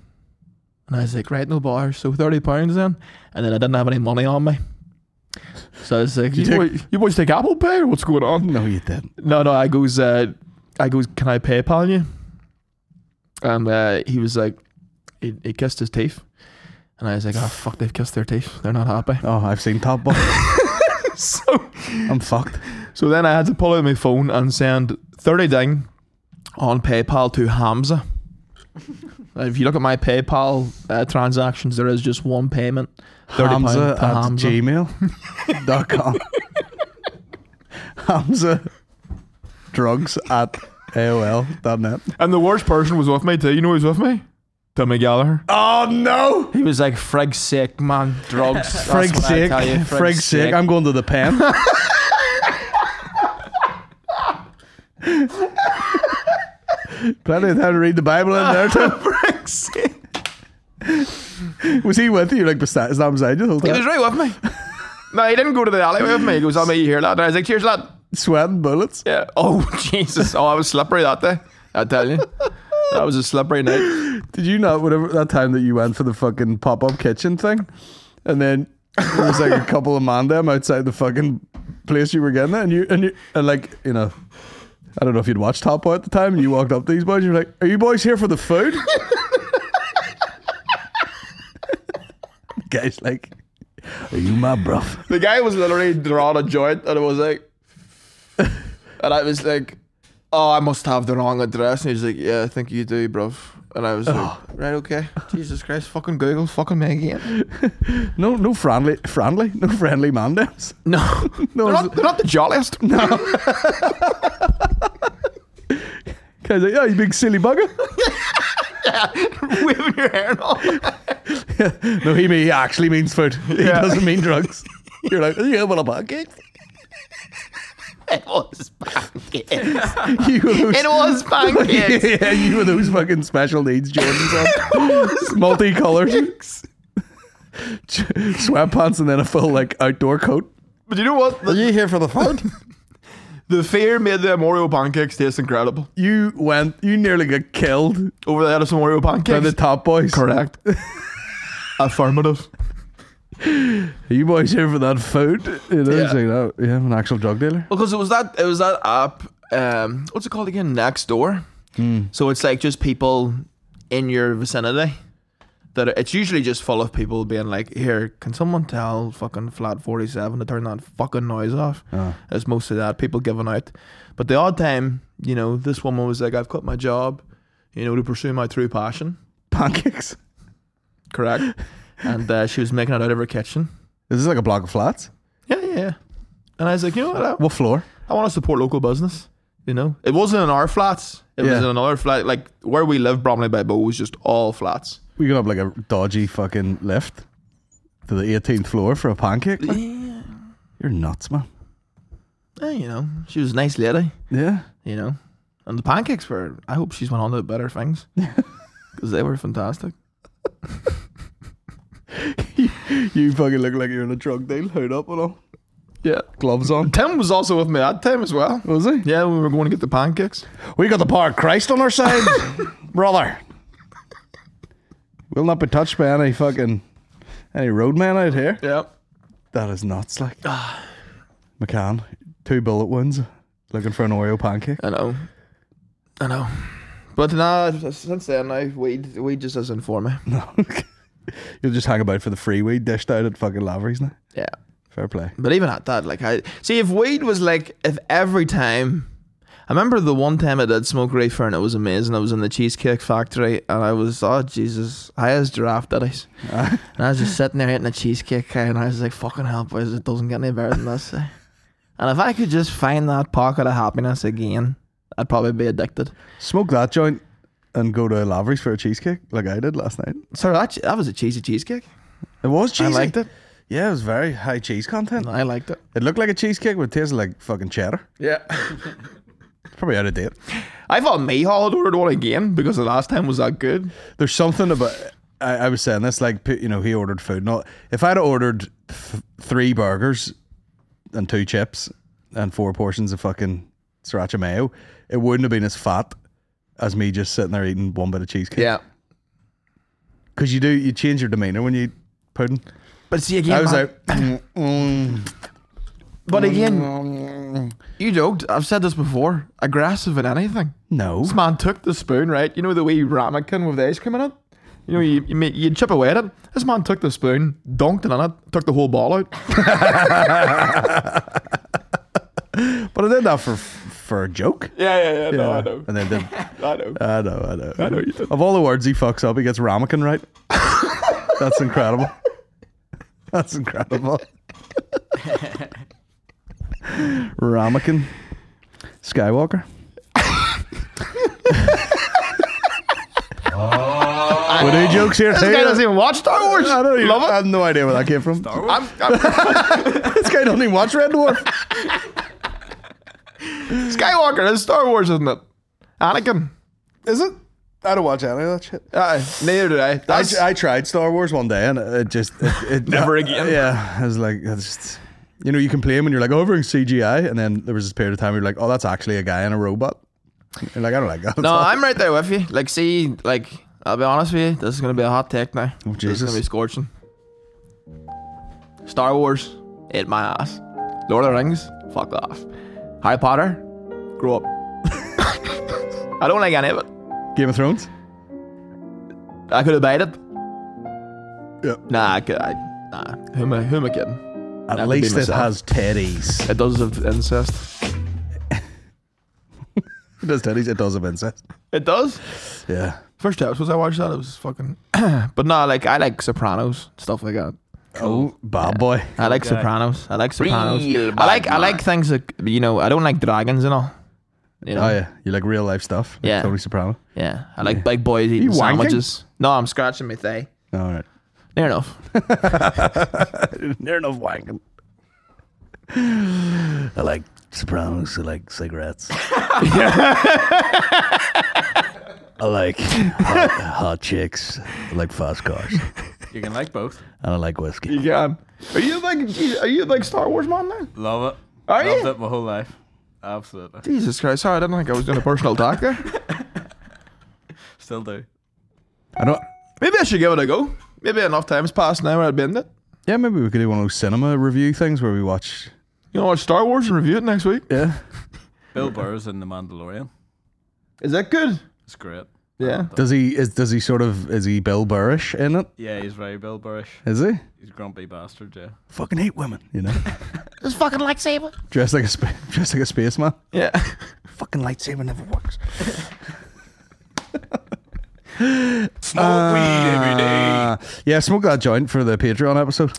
Speaker 3: And I was like, Right, no bars. So 30 pounds then. And then I didn't have any money on me. So I was like,
Speaker 2: You
Speaker 3: you,
Speaker 2: take-
Speaker 3: boy- you boys take Apple Pay or what's going
Speaker 2: [LAUGHS]
Speaker 3: on?
Speaker 2: No, you didn't.
Speaker 3: No, no, I goes, uh, I goes, can I PayPal you? And uh, he was like, he, he kissed his teeth. And I was like, oh, fuck, they've kissed their teeth. They're not happy.
Speaker 2: Oh, I've seen Top [LAUGHS] Boy.
Speaker 3: [LAUGHS] so,
Speaker 2: I'm fucked.
Speaker 3: so then I had to pull out my phone and send 30 ding on PayPal to [LAUGHS] Hamza. if you look at my PayPal uh, transactions, there is just one payment. 30 pound
Speaker 2: Hamza
Speaker 3: to
Speaker 2: at
Speaker 3: Hamza.
Speaker 2: gmail [LAUGHS] dot com. Hamza drugs at AOL dot net.
Speaker 3: And the worst person was with me too. You know who's with me? Tommy Gallagher.
Speaker 2: Oh no!
Speaker 3: He was like, "Frig sick, man, drugs." [LAUGHS] That's
Speaker 2: Frig's
Speaker 3: what I
Speaker 2: sick.
Speaker 3: tell you,
Speaker 2: Frig's sick. I'm going to the
Speaker 3: [LAUGHS]
Speaker 2: pen. Plenty of time to read the Bible in there
Speaker 3: [LAUGHS]
Speaker 2: too.
Speaker 3: Frig's sick.
Speaker 2: Was he with you? Like beside, is that beside you the whole
Speaker 3: He was
Speaker 2: time?
Speaker 3: right with me. No, he didn't go to the alleyway with me. He goes, "I'll meet you here, lad." And I was like, "Cheers, lad."
Speaker 2: Sweating bullets.
Speaker 3: Yeah. [LAUGHS] Oh Jesus! Oh, I was slippery that day. I tell you, that was a slippery night.
Speaker 2: Did you not? Whatever that time that you went for the fucking pop up kitchen thing, and then there was like a couple of man them outside the fucking place you were getting it, and you and you and like you know, I don't know if you'd watched Top Boy at the time, and you walked up to these boys, and you're like, "Are you boys here for the food?" [LAUGHS] Guys, like, are you my bruv?
Speaker 3: The guy was literally drawing a joint, and it was like, [LAUGHS] and I was like, "Oh, I must have the wrong address." And he's like, "Yeah, I think you do, bruv." And I was
Speaker 2: Oh.
Speaker 3: like, "Right, okay." Jesus Christ! Fucking Google, fucking me again.
Speaker 2: No, no friendly, friendly, no friendly man dams.
Speaker 3: No,
Speaker 2: [LAUGHS] No,
Speaker 3: [LAUGHS] they're
Speaker 2: it's-
Speaker 3: not, they're not
Speaker 2: [LAUGHS]
Speaker 3: the jolliest.
Speaker 2: Guys, like, yeah, you big silly bugger.
Speaker 3: waving your hair and all.
Speaker 2: [LAUGHS] No, he, he actually means food. He
Speaker 3: Yeah.
Speaker 2: doesn't mean drugs. You're like, you have a pancake? [LAUGHS]
Speaker 5: It
Speaker 3: [LAUGHS]
Speaker 5: was pancakes.
Speaker 2: You were those,
Speaker 5: It
Speaker 2: [LAUGHS]
Speaker 5: was pancakes.
Speaker 2: yeah, you were those fucking special needs [GASPS] Jordans on. Multicolours. [LAUGHS] Sweatpants and then a full like outdoor coat.
Speaker 3: But you know what? The,
Speaker 2: you here for the food?
Speaker 3: [LAUGHS] the fear made the Oreo pancakes taste incredible.
Speaker 2: you went. You nearly got killed
Speaker 3: Over the head of some Oreo
Speaker 2: by the
Speaker 3: pancakes.
Speaker 2: top boys. [LAUGHS]
Speaker 3: Correct. Affirmative.
Speaker 2: Are you boys here for that food? You know,
Speaker 3: Yeah. Oh.
Speaker 2: yeah. Like, oh, yeah, I'm an actual drug dealer.
Speaker 3: Because it was that it was that app. Um, what's it called again? Next door.
Speaker 2: Hmm.
Speaker 3: So it's like just people in your vicinity. That are- it's usually just full of people being like, "Here, can someone tell fucking flat forty seven to turn that fucking noise off?" It's mostly that people giving out. But the odd time, you know, this woman was like, "I've quit my job, you know, to pursue my true passion."
Speaker 2: Pancakes.
Speaker 3: Correct. and uh, she was making it out of her kitchen.
Speaker 2: Is this like a block of flats?
Speaker 3: Yeah, yeah. yeah. And I was like, you know what? I-
Speaker 2: What floor?
Speaker 3: I want to support local business. You know, it wasn't in our flats. It was
Speaker 2: Yeah.
Speaker 3: in another flat. Like where we live, Bromley by Bow was just all flats.
Speaker 2: We could have like a dodgy fucking lift to the 18th floor for a pancake. man.
Speaker 3: [LAUGHS] Yeah.
Speaker 2: You're nuts, man.
Speaker 3: Eh, you know, she was a nice lady.
Speaker 2: Yeah.
Speaker 3: You know, And the pancakes were. I hope she's went on to better [LAUGHS] things because they were fantastic.
Speaker 2: [LAUGHS] You fucking look like you're in a drug deal, hood up and all.
Speaker 3: Yeah.
Speaker 2: Gloves
Speaker 3: [LAUGHS]
Speaker 2: on.
Speaker 3: Tim was also with me that time as well.
Speaker 2: Was he?
Speaker 3: Yeah, we were going to get the pancakes.
Speaker 2: We got the power of Christ on our
Speaker 3: [LAUGHS]
Speaker 2: side, brother. We'll not be touched by any fucking any roadman out here.
Speaker 3: Yeah. Ah.
Speaker 2: That is nuts, like. McCann, two bullet wounds, looking for an Oreo pancake. [LAUGHS]
Speaker 3: I know. I know. But nah, since then, I weed, weed just doesn't inform me.
Speaker 2: No, [LAUGHS] you'll just hang about for the free weed dished out at fucking Lavery's now.
Speaker 3: Yeah.
Speaker 2: Fair play.
Speaker 3: But even at that, like, I see if weed was like, if every time, I remember the one time I did smoke reefer and it was amazing. I was in the Cheesecake Factory and I was, oh, Jesus, I as giraffe [LAUGHS] daddies. and I was just sitting there eating a cheesecake cake, and I was like, fucking hell, boys, it doesn't get any better than this. eh? and if I could just find that pocket of happiness again, I'd probably be addicted.
Speaker 2: Smoke that joint and go to Lavery's for a cheesecake, like I did last night.
Speaker 3: Sorry, that, that was a cheesy cheesecake.
Speaker 2: It was cheesy.
Speaker 3: I liked it.
Speaker 2: Yeah, it was very high cheese content.
Speaker 3: I liked it.
Speaker 2: It looked like a cheesecake, but it tasted like fucking cheddar.
Speaker 3: Yeah.
Speaker 2: It's probably out of date.
Speaker 3: I thought Mayhaw had ordered one again because the last time was that good.
Speaker 2: There's something about. I, I was saying this, like, p- you know, he ordered food. Not if I'd have ordered th- three burgers and two chips and four portions of fucking sriracha mayo, it wouldn't have been as fat as me just sitting there eating one bit of cheesecake.
Speaker 3: Yeah.
Speaker 2: Because you do, you change your demeanor when you eat pudding.
Speaker 3: But see again,
Speaker 2: I was
Speaker 3: man-
Speaker 2: like, [CLEARS THROAT] mm, mm,
Speaker 3: But again,
Speaker 2: mm.
Speaker 3: you joked. I've said this before. Aggressive in anything.
Speaker 2: no.
Speaker 3: This man took the spoon, right? You know the wee ramekin with the ice cream in it. You know, you you, make, you chip away at it. This man took the spoon, dunked it on it, took the whole ball out.
Speaker 2: But I did that for for a joke.
Speaker 3: [LAUGHS] Yeah, yeah, yeah.
Speaker 2: Yeah. And then did,
Speaker 3: [LAUGHS] I know.
Speaker 2: I know, I know.
Speaker 3: know you did.
Speaker 2: Of all the words he fucks up, he gets ramekin right. [LAUGHS] That's incredible. [LAUGHS] That's incredible. [LAUGHS] ramekin. [LAUGHS] Skywalker. we do jokes here.
Speaker 3: This
Speaker 2: too.
Speaker 3: guy doesn't even watch Star [LAUGHS] Wars.
Speaker 2: I, don't even-
Speaker 3: Love
Speaker 2: I
Speaker 3: it.
Speaker 2: have no idea where that came from.
Speaker 4: Star Wars?
Speaker 3: I'm, I'm, [LAUGHS]
Speaker 2: This guy doesn't even watch Red Dwarf.
Speaker 3: Skywalker is Star Wars, isn't it? Anakin.
Speaker 2: [LAUGHS] Is it? I don't watch any of that shit.
Speaker 3: Uh, neither did I.
Speaker 2: I,
Speaker 3: That's,
Speaker 2: I tried Star Wars one day and it just it,
Speaker 3: [LAUGHS]
Speaker 2: it, uh,
Speaker 4: Never again.
Speaker 2: Yeah, I was like, I just you know, you complain when you're like, oh, everything's CGI, and then there was this period of time where you're like, oh, that's actually a guy and a robot. You're like, I don't like that. at
Speaker 3: No,
Speaker 2: [LAUGHS] all.
Speaker 3: I'm right there with you. Like, see, like, I'll be honest with you, this is gonna be a hot take now.
Speaker 2: Oh,
Speaker 3: This is
Speaker 2: Jesus.
Speaker 3: gonna be scorching. Star Wars, ate my ass. Lord of the Rings, fuck off. Harry Potter, grow up. [LAUGHS] I don't like any of it.
Speaker 2: Game of Thrones.
Speaker 3: I could abide it.
Speaker 2: Yeah.
Speaker 3: Nah, I could. I, nah. Who am I? Who am I kidding?
Speaker 2: At
Speaker 3: That would be
Speaker 2: least it
Speaker 3: myself.
Speaker 2: has teddies. [LAUGHS]
Speaker 3: It does have incest.
Speaker 2: It does teddies. It does have incest.
Speaker 3: It does.
Speaker 2: Yeah.
Speaker 3: First episode I watched that, it was fucking. [CLEARS THROAT] but nah, like I like Sopranos stuff like that.
Speaker 2: Oh, bad boy.
Speaker 3: I like
Speaker 4: guy.
Speaker 3: Sopranos. I like Sopranos.
Speaker 5: Real
Speaker 3: I like I
Speaker 5: bad
Speaker 3: like things that you know. I don't like dragons and all. You know.
Speaker 2: Oh yeah, you like real life stuff. Like
Speaker 3: Yeah.
Speaker 2: Tony Soprano.
Speaker 3: Yeah. I like big boys eating
Speaker 2: wanking?
Speaker 3: sandwiches. No, I'm scratching my thigh.
Speaker 2: All right.
Speaker 3: Near enough.
Speaker 5: [LAUGHS]
Speaker 2: Near enough wanking.
Speaker 5: I like Sopranos. I like cigarettes. I like hot, hot chicks. I like fast cars.
Speaker 4: You can like both.
Speaker 5: And I like whiskey.
Speaker 3: can. Are [LAUGHS] you like are you like Star Wars man now?
Speaker 4: Love it.
Speaker 3: Are
Speaker 4: Loved
Speaker 3: you?
Speaker 4: it my whole life. Absolutely.
Speaker 3: Jesus Christ! Sorry, I didn't think I was doing a personal attack there. [LAUGHS]
Speaker 4: Still do.
Speaker 2: I don't.
Speaker 3: Maybe I should give it a go. Maybe enough time's passed now where I'd bend it.
Speaker 2: Yeah, maybe we could do one of those cinema review things where we watch.
Speaker 3: You know, watch Star Wars and review it next week.
Speaker 2: Yeah.
Speaker 4: Bill Burr's in The Mandalorian.
Speaker 3: Is that good?
Speaker 4: It's great.
Speaker 3: Yeah.
Speaker 2: Does he is does he sort of is he Bill Burrish in it?
Speaker 4: Yeah, he's very Bill Burrish.
Speaker 2: Is he?
Speaker 4: He's a grumpy bastard, yeah.
Speaker 2: Fucking hate women, you know.
Speaker 5: This fucking lightsaber.
Speaker 2: dressed like a spa- [LAUGHS] dressed like a spaceman.
Speaker 3: Yeah.
Speaker 5: Fucking lightsaber never works.
Speaker 2: Smoke weed every day. Ah, Yeah, smoke that joint for the Patreon episode.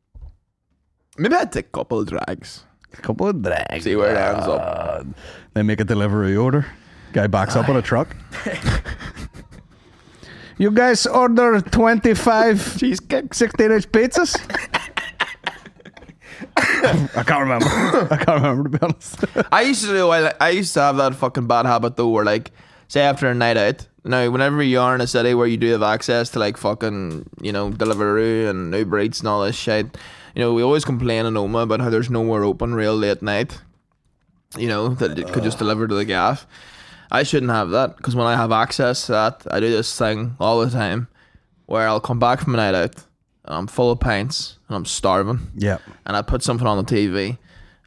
Speaker 3: [LAUGHS] Maybe I'd take a couple of drags.
Speaker 2: A couple of drags.
Speaker 3: See where it ends up.
Speaker 2: Uh, They make a delivery order. Guy backs up on a truck. you guys order 25
Speaker 3: Cheesecake.
Speaker 2: 16 inch pizzas? I can't remember. I can't remember to be honest.
Speaker 3: I used to do. I, I used to have that fucking bad habit though, where like, say after a night out. Now, whenever you are in a city where you do have access to like fucking, you know, Deliveroo and Uber Eats and all this shit, you know, we always complain in Oma about how there's nowhere open real late night. You know that it could just deliver to the gaff. I shouldn't have that because when I have access to that, I do this thing all the time, where I'll come back from a night out and I'm full of pints and I'm starving
Speaker 2: yeah.
Speaker 3: and I put something on the TV,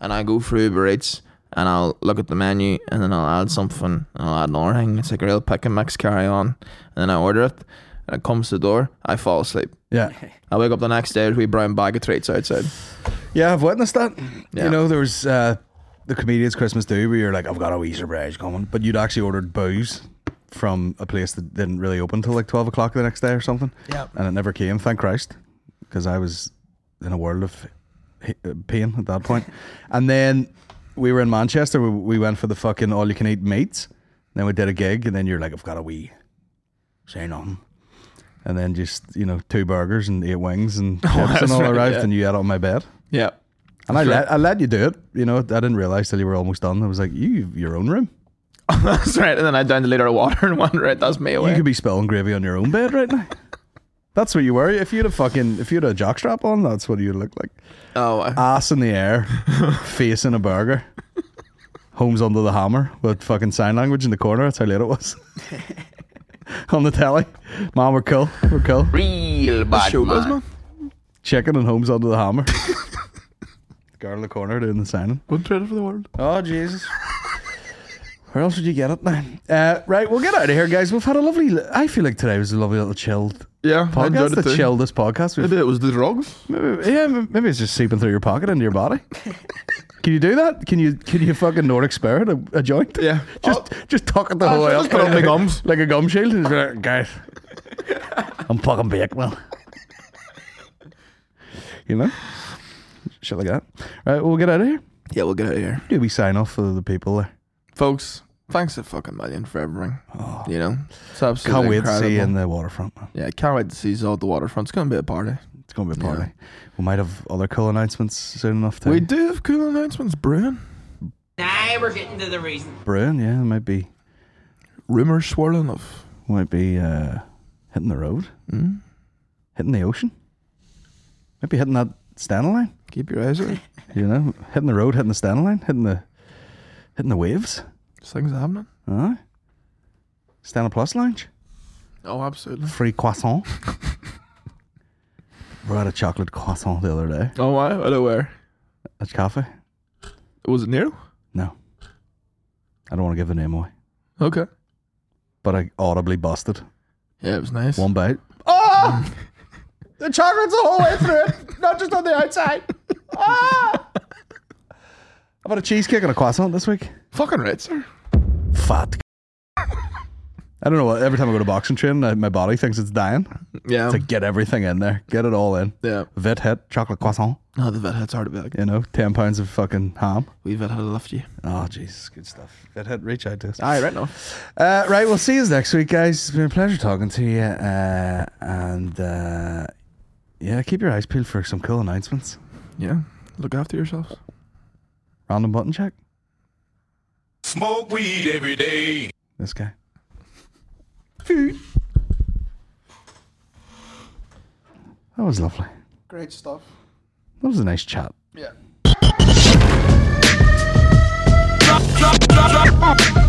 Speaker 3: and I go through Uber Eats, and I'll look at the menu, and then I'll add something, and I'll add another thing. It's like a real pick and mix carry on, and then I order it, and it comes to the door, I fall asleep.
Speaker 2: Yeah.
Speaker 3: I wake up the next day with a wee brown bag of treats outside.
Speaker 2: Yeah, I've witnessed that.
Speaker 3: Yeah.
Speaker 2: You know, there was uh, the comedians Christmas do where you're like, I've got a wee surprise coming, but you'd actually ordered booze from a place that didn't really open till like twelve o'clock the next day or something.
Speaker 3: Yeah.
Speaker 2: and it never came. Thank Christ, because I was in a world of h- uh, pain at that
Speaker 3: [LAUGHS]
Speaker 2: point. and then we were in Manchester. We, we went for the fucking all you can eat meats. Then we did a gig, and then you're like, I've got a wee, say nothing. And then just you know two burgers and eight wings
Speaker 3: [LAUGHS]
Speaker 2: and chips
Speaker 3: Oh, that's
Speaker 2: and all
Speaker 3: right,
Speaker 2: arrived,
Speaker 3: yeah.
Speaker 2: and you ate on my bed.
Speaker 3: Yeah.
Speaker 2: And I let I let you do it. You know, I didn't realize till you were almost done. I was like, you have your own room.
Speaker 3: [LAUGHS] That's right. And then I downed a liter of water and went, right, that's me away.
Speaker 2: You could be spilling gravy on your own bed right now. [LAUGHS] That's what you were. If you'd a fucking if you'd a jockstrap on, that's what you'd look like.
Speaker 3: oh, I-
Speaker 2: ass in the air, face in a burger, homes under the hammer with fucking sign language in the corner. That's how late it was. [LAUGHS] On the telly, man, we're cool, we're cool.
Speaker 6: Real bad
Speaker 3: showbiz,
Speaker 6: man.
Speaker 3: man.
Speaker 2: Chicken and homes under the hammer. [LAUGHS] Girl in the corner doing the signing.
Speaker 3: One trade for the world.
Speaker 2: Oh Jesus! Where else would you get it now? Uh, right, we'll get out of here, guys. We've had a lovely. I feel like today was a lovely little chilled
Speaker 3: Yeah, I
Speaker 2: podcast.
Speaker 3: enjoyed it
Speaker 2: The
Speaker 3: too.
Speaker 2: chilledest podcast we've
Speaker 3: Maybe it was the drugs.
Speaker 2: Maybe, yeah, m- maybe it's just seeping through your pocket into your
Speaker 3: [LAUGHS]
Speaker 2: body. can you do that? Can you can you fucking Nordic spare a, a joint?
Speaker 3: Yeah.
Speaker 2: Just just tuck it the whole way
Speaker 3: Oh. [LAUGHS] just
Speaker 2: up,
Speaker 3: put it on my gums.
Speaker 2: like a gum shield, and just be like, guys, I'm fucking baked, well. you know, shit like that. Right, we'll get out of here.
Speaker 3: Yeah, we'll get out of here.
Speaker 2: Do we sign off for the people there?
Speaker 3: Folks, thanks a fucking million for everything. You know, it's absolutely
Speaker 2: Can't wait
Speaker 3: incredible.
Speaker 2: to see you in the waterfront. Man.
Speaker 3: Yeah, can't wait to see you all at the waterfront. It's gonna be a party.
Speaker 2: It's gonna be a party.
Speaker 3: Yeah.
Speaker 2: We might have other cool announcements soon enough. Too.
Speaker 3: We do have cool announcements, Brian.
Speaker 6: Now we're getting to the reason.
Speaker 2: Brian, yeah, it might be
Speaker 3: Rumors swirling of
Speaker 2: might be uh, hitting the road,
Speaker 3: Mm.
Speaker 2: hitting the ocean, maybe hitting that standing line.
Speaker 3: keep your eyes out. [LAUGHS]
Speaker 2: You know, hitting the road, hitting the standing line, hitting the hitting the waves.
Speaker 3: Just things happening.
Speaker 2: Aye. Standard Plus Lounge,
Speaker 3: Oh, absolutely.
Speaker 2: free [LAUGHS] croissant. we had a chocolate croissant the other day
Speaker 3: Oh, I I don't where.
Speaker 2: at cafe.
Speaker 3: Was it Nero?
Speaker 2: No, I don't want to give the name away,
Speaker 3: Okay.
Speaker 2: but I audibly busted
Speaker 3: Yeah, it was nice.
Speaker 2: one bite.
Speaker 3: Ah! The chocolate's the whole way through Ah! it, not just on the outside.
Speaker 2: I've had a cheesecake and a croissant this week.
Speaker 3: [LAUGHS] Fucking right, sir.
Speaker 2: Fat. I don't know. what- Every time I go to boxing training, I- my body thinks it's dying.
Speaker 3: Yeah.
Speaker 2: to get everything in there, get it all in.
Speaker 3: yeah.
Speaker 2: Vet hit, chocolate croissant,
Speaker 3: No, Oh, the vet head's hard to be like.
Speaker 2: you know, 10 pounds of fucking ham.
Speaker 3: We vet had left you.
Speaker 2: Oh, Jesus, good stuff. Vet hit, reach out to us.
Speaker 3: Aye, right now.
Speaker 2: Uh, right, we'll see you next week, guys. It's been a pleasure talking to you. Uh, and uh, yeah, keep your eyes peeled for some cool announcements.
Speaker 3: Yeah. Look after yourselves.
Speaker 2: Random button check.
Speaker 7: Smoke weed every day.
Speaker 2: This guy. That was lovely.
Speaker 3: Great stuff.
Speaker 2: That was a nice chat.
Speaker 3: Yeah.
Speaker 7: Drop, drop, drop, drop.